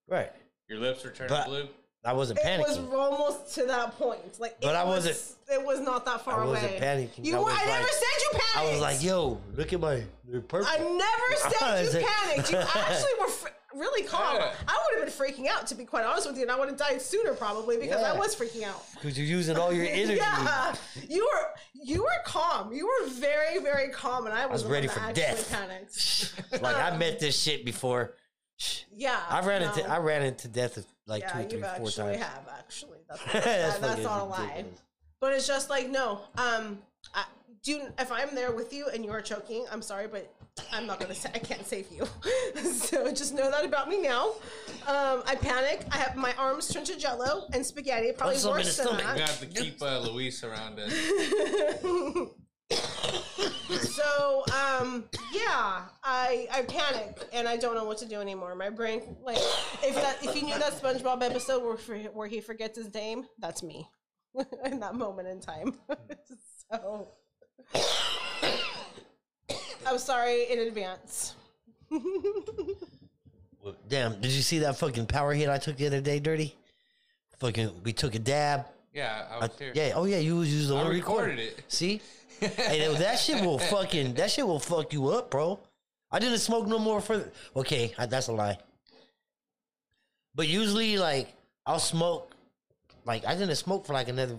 Speaker 1: Right.
Speaker 3: Your lips are turning
Speaker 1: But-
Speaker 3: blue.
Speaker 1: I wasn't
Speaker 2: It was
Speaker 1: panicking.
Speaker 2: almost to that point. Like,
Speaker 1: But
Speaker 2: it
Speaker 1: I
Speaker 2: was-
Speaker 1: wasn't-
Speaker 2: It was not that far
Speaker 1: I wasn't
Speaker 2: away.
Speaker 1: panicking.
Speaker 2: You
Speaker 1: I
Speaker 2: were.
Speaker 1: was
Speaker 2: I never
Speaker 1: like-
Speaker 2: said you panicked.
Speaker 1: I was like, yo, look at my they're purple.
Speaker 2: I never
Speaker 1: I
Speaker 2: said
Speaker 1: said-
Speaker 2: you panicked. You actually were fr- really calm.
Speaker 3: Yeah.
Speaker 2: I would have been freaking out, to be quite honest with you, and I would have died sooner probably because I
Speaker 1: Yeah.
Speaker 2: was freaking out.
Speaker 1: Because you're using all your energy.
Speaker 2: Yeah, you were you were calm. You were very very calm, and I was,
Speaker 1: was ready for death.
Speaker 2: Panicked.
Speaker 1: Like I met this shit before.
Speaker 2: Yeah,
Speaker 1: I ran
Speaker 2: no.
Speaker 1: into I ran into death like
Speaker 2: Yeah,
Speaker 1: two, three,
Speaker 2: you've
Speaker 1: four
Speaker 2: actually
Speaker 1: times.
Speaker 2: have actually. That's, that- that's
Speaker 1: fucking
Speaker 2: not a lie.
Speaker 1: ridiculous.
Speaker 2: But it's just like no. Um, I, do if I'm there with you and you are choking, I'm sorry, but I'm not gonna. Sa- I can't save you. so just know that about me now. Um, I panic. I have my arms turned to jello and spaghetti. Probably
Speaker 1: Punch something
Speaker 2: worse
Speaker 1: in
Speaker 2: than
Speaker 1: the
Speaker 3: We
Speaker 2: that.
Speaker 3: have to keep uh, Luis around us.
Speaker 2: So um, yeah, I I panic and I don't know what to do anymore. My brain like if that if you knew that SpongeBob episode where for- where he forgets his name, that's me in that moment in time. so I'm sorry in advance.
Speaker 1: Damn, did you see that fucking power hit I took the other day, Dirty? Fucking, we took a dab.
Speaker 3: Yeah, I
Speaker 1: I-
Speaker 3: was here.
Speaker 1: yeah, oh yeah, you was using the one
Speaker 3: recorded
Speaker 1: recording.
Speaker 3: it.
Speaker 1: See? hey, that- that shit will fucking, that shit will fuck you up, bro. I didn't smoke no more for, okay, I, that's a lie. But usually, like, I'll smoke, like, I didn't smoke for like another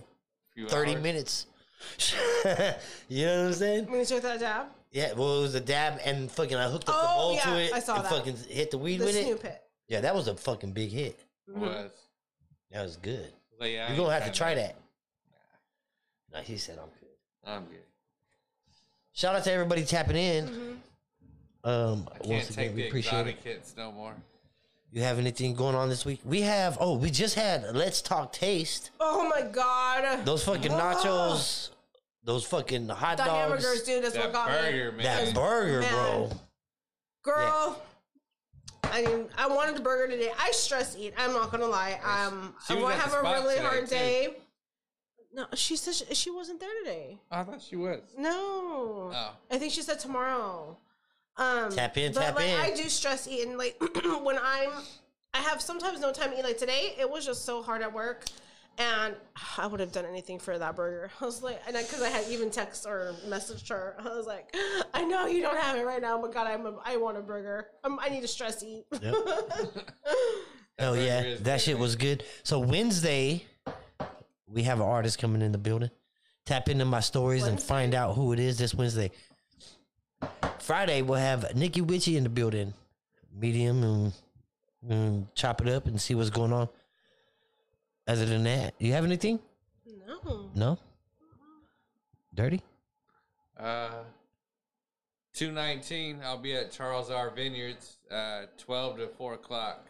Speaker 3: Few
Speaker 1: 30
Speaker 3: hours.
Speaker 1: minutes. you know what I'm saying?
Speaker 2: When you took that jab,
Speaker 1: Yeah, well, it was a dab and fucking, I hooked up the
Speaker 2: Oh,
Speaker 1: bowl
Speaker 2: yeah,
Speaker 1: to it.
Speaker 2: I saw
Speaker 1: and
Speaker 2: that.
Speaker 1: fucking hit the weed
Speaker 2: the
Speaker 1: with
Speaker 2: Snoop
Speaker 1: it.
Speaker 2: pit.
Speaker 1: Yeah, that was a fucking big hit.
Speaker 3: Was.
Speaker 1: That was good.
Speaker 3: Like, yeah, I
Speaker 1: You're gonna
Speaker 3: ain't
Speaker 1: have to
Speaker 3: trying
Speaker 1: try that. No, he said I'm good.
Speaker 3: I'm good.
Speaker 1: Shout out to everybody tapping in. Um,
Speaker 3: Mm-hmm. I can't
Speaker 1: once
Speaker 3: take
Speaker 1: again, we
Speaker 3: the
Speaker 1: appreciate
Speaker 3: exotic
Speaker 1: it.
Speaker 3: hits no more.
Speaker 1: You have anything going on this week? We have. Oh, we just had. Let's talk taste.
Speaker 2: Oh my god,
Speaker 1: Those fucking
Speaker 2: Oh.
Speaker 1: nachos. Those fucking hot
Speaker 2: the hamburgers,
Speaker 1: dogs.
Speaker 2: dude. That's
Speaker 3: That
Speaker 2: what got
Speaker 3: burger,
Speaker 2: me.
Speaker 1: That
Speaker 3: man.
Speaker 1: burger,
Speaker 2: Man.
Speaker 1: bro.
Speaker 2: Girl, I mean, I wanted a burger today. I stress eat. I'm not gonna lie. Um,
Speaker 3: She
Speaker 2: I
Speaker 3: was
Speaker 2: want
Speaker 3: at
Speaker 2: to have
Speaker 3: the
Speaker 2: a
Speaker 3: spot
Speaker 2: really
Speaker 3: today,
Speaker 2: hard
Speaker 3: too.
Speaker 2: day. No, she said she, she wasn't there today.
Speaker 3: I thought she was.
Speaker 2: No,
Speaker 3: Oh.
Speaker 2: I think she said tomorrow. Um,
Speaker 1: Tap in,
Speaker 2: but
Speaker 1: tap
Speaker 2: like,
Speaker 1: in.
Speaker 2: I do stress eat, and like when I'm, I have sometimes no time to eat. Like today, it was just so hard at work. And I would have done anything for that burger. I was like, and because I, had even text or messaged her, I was like, I know you don't have it right now, but God, I'm a, I want a burger. Um, I need a stress eat.
Speaker 1: Hell
Speaker 3: burger
Speaker 1: Oh, yeah,
Speaker 3: is
Speaker 1: that
Speaker 3: good,
Speaker 1: shit
Speaker 3: man.
Speaker 1: was good. So Wednesday, we have an artist coming in the building. Tap into my stories and
Speaker 2: Wednesday?
Speaker 1: find out who it is this Wednesday. Friday we'll have Nikki Witchy in the building. Medium and, and chop it up and see what's going on. Other than that, you have anything?
Speaker 2: no.
Speaker 1: No. Dirty.
Speaker 3: Uh, 219, I'll be at Charles R. Vineyards, uh, 12 to 4 o'clock.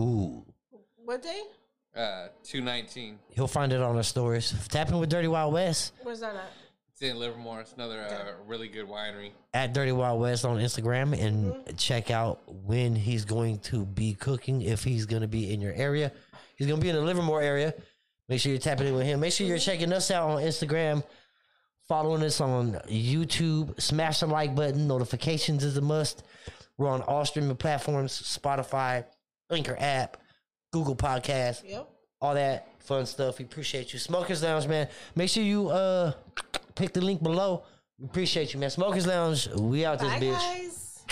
Speaker 1: Ooh,
Speaker 2: What day?
Speaker 3: Uh, 219.
Speaker 1: he'll find it on our stories. Tap in with Dirty Wild West
Speaker 2: Where's that at?
Speaker 3: It's in Livermore. It's another uh, really good winery.
Speaker 1: at Dirty Wild West on Instagram and check out when he's going to be cooking. If he's going to be in your area, he's going to be in the Livermore area. Make sure you're tapping in with him. Make sure you're checking us out on Instagram, following us on YouTube. Smash the like button. Notifications is a must. We're on all streaming platforms: Spotify, Anchor app, Google Podcasts,
Speaker 2: Yep.
Speaker 1: all that fun stuff. We appreciate you. Smokers Lounge, man. Make sure you uh pick the link below. We appreciate you, man. Smokers Lounge, we out
Speaker 2: Bye,
Speaker 1: this
Speaker 2: guys.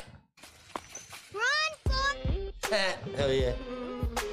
Speaker 1: bitch. Hell yeah.
Speaker 2: Mm.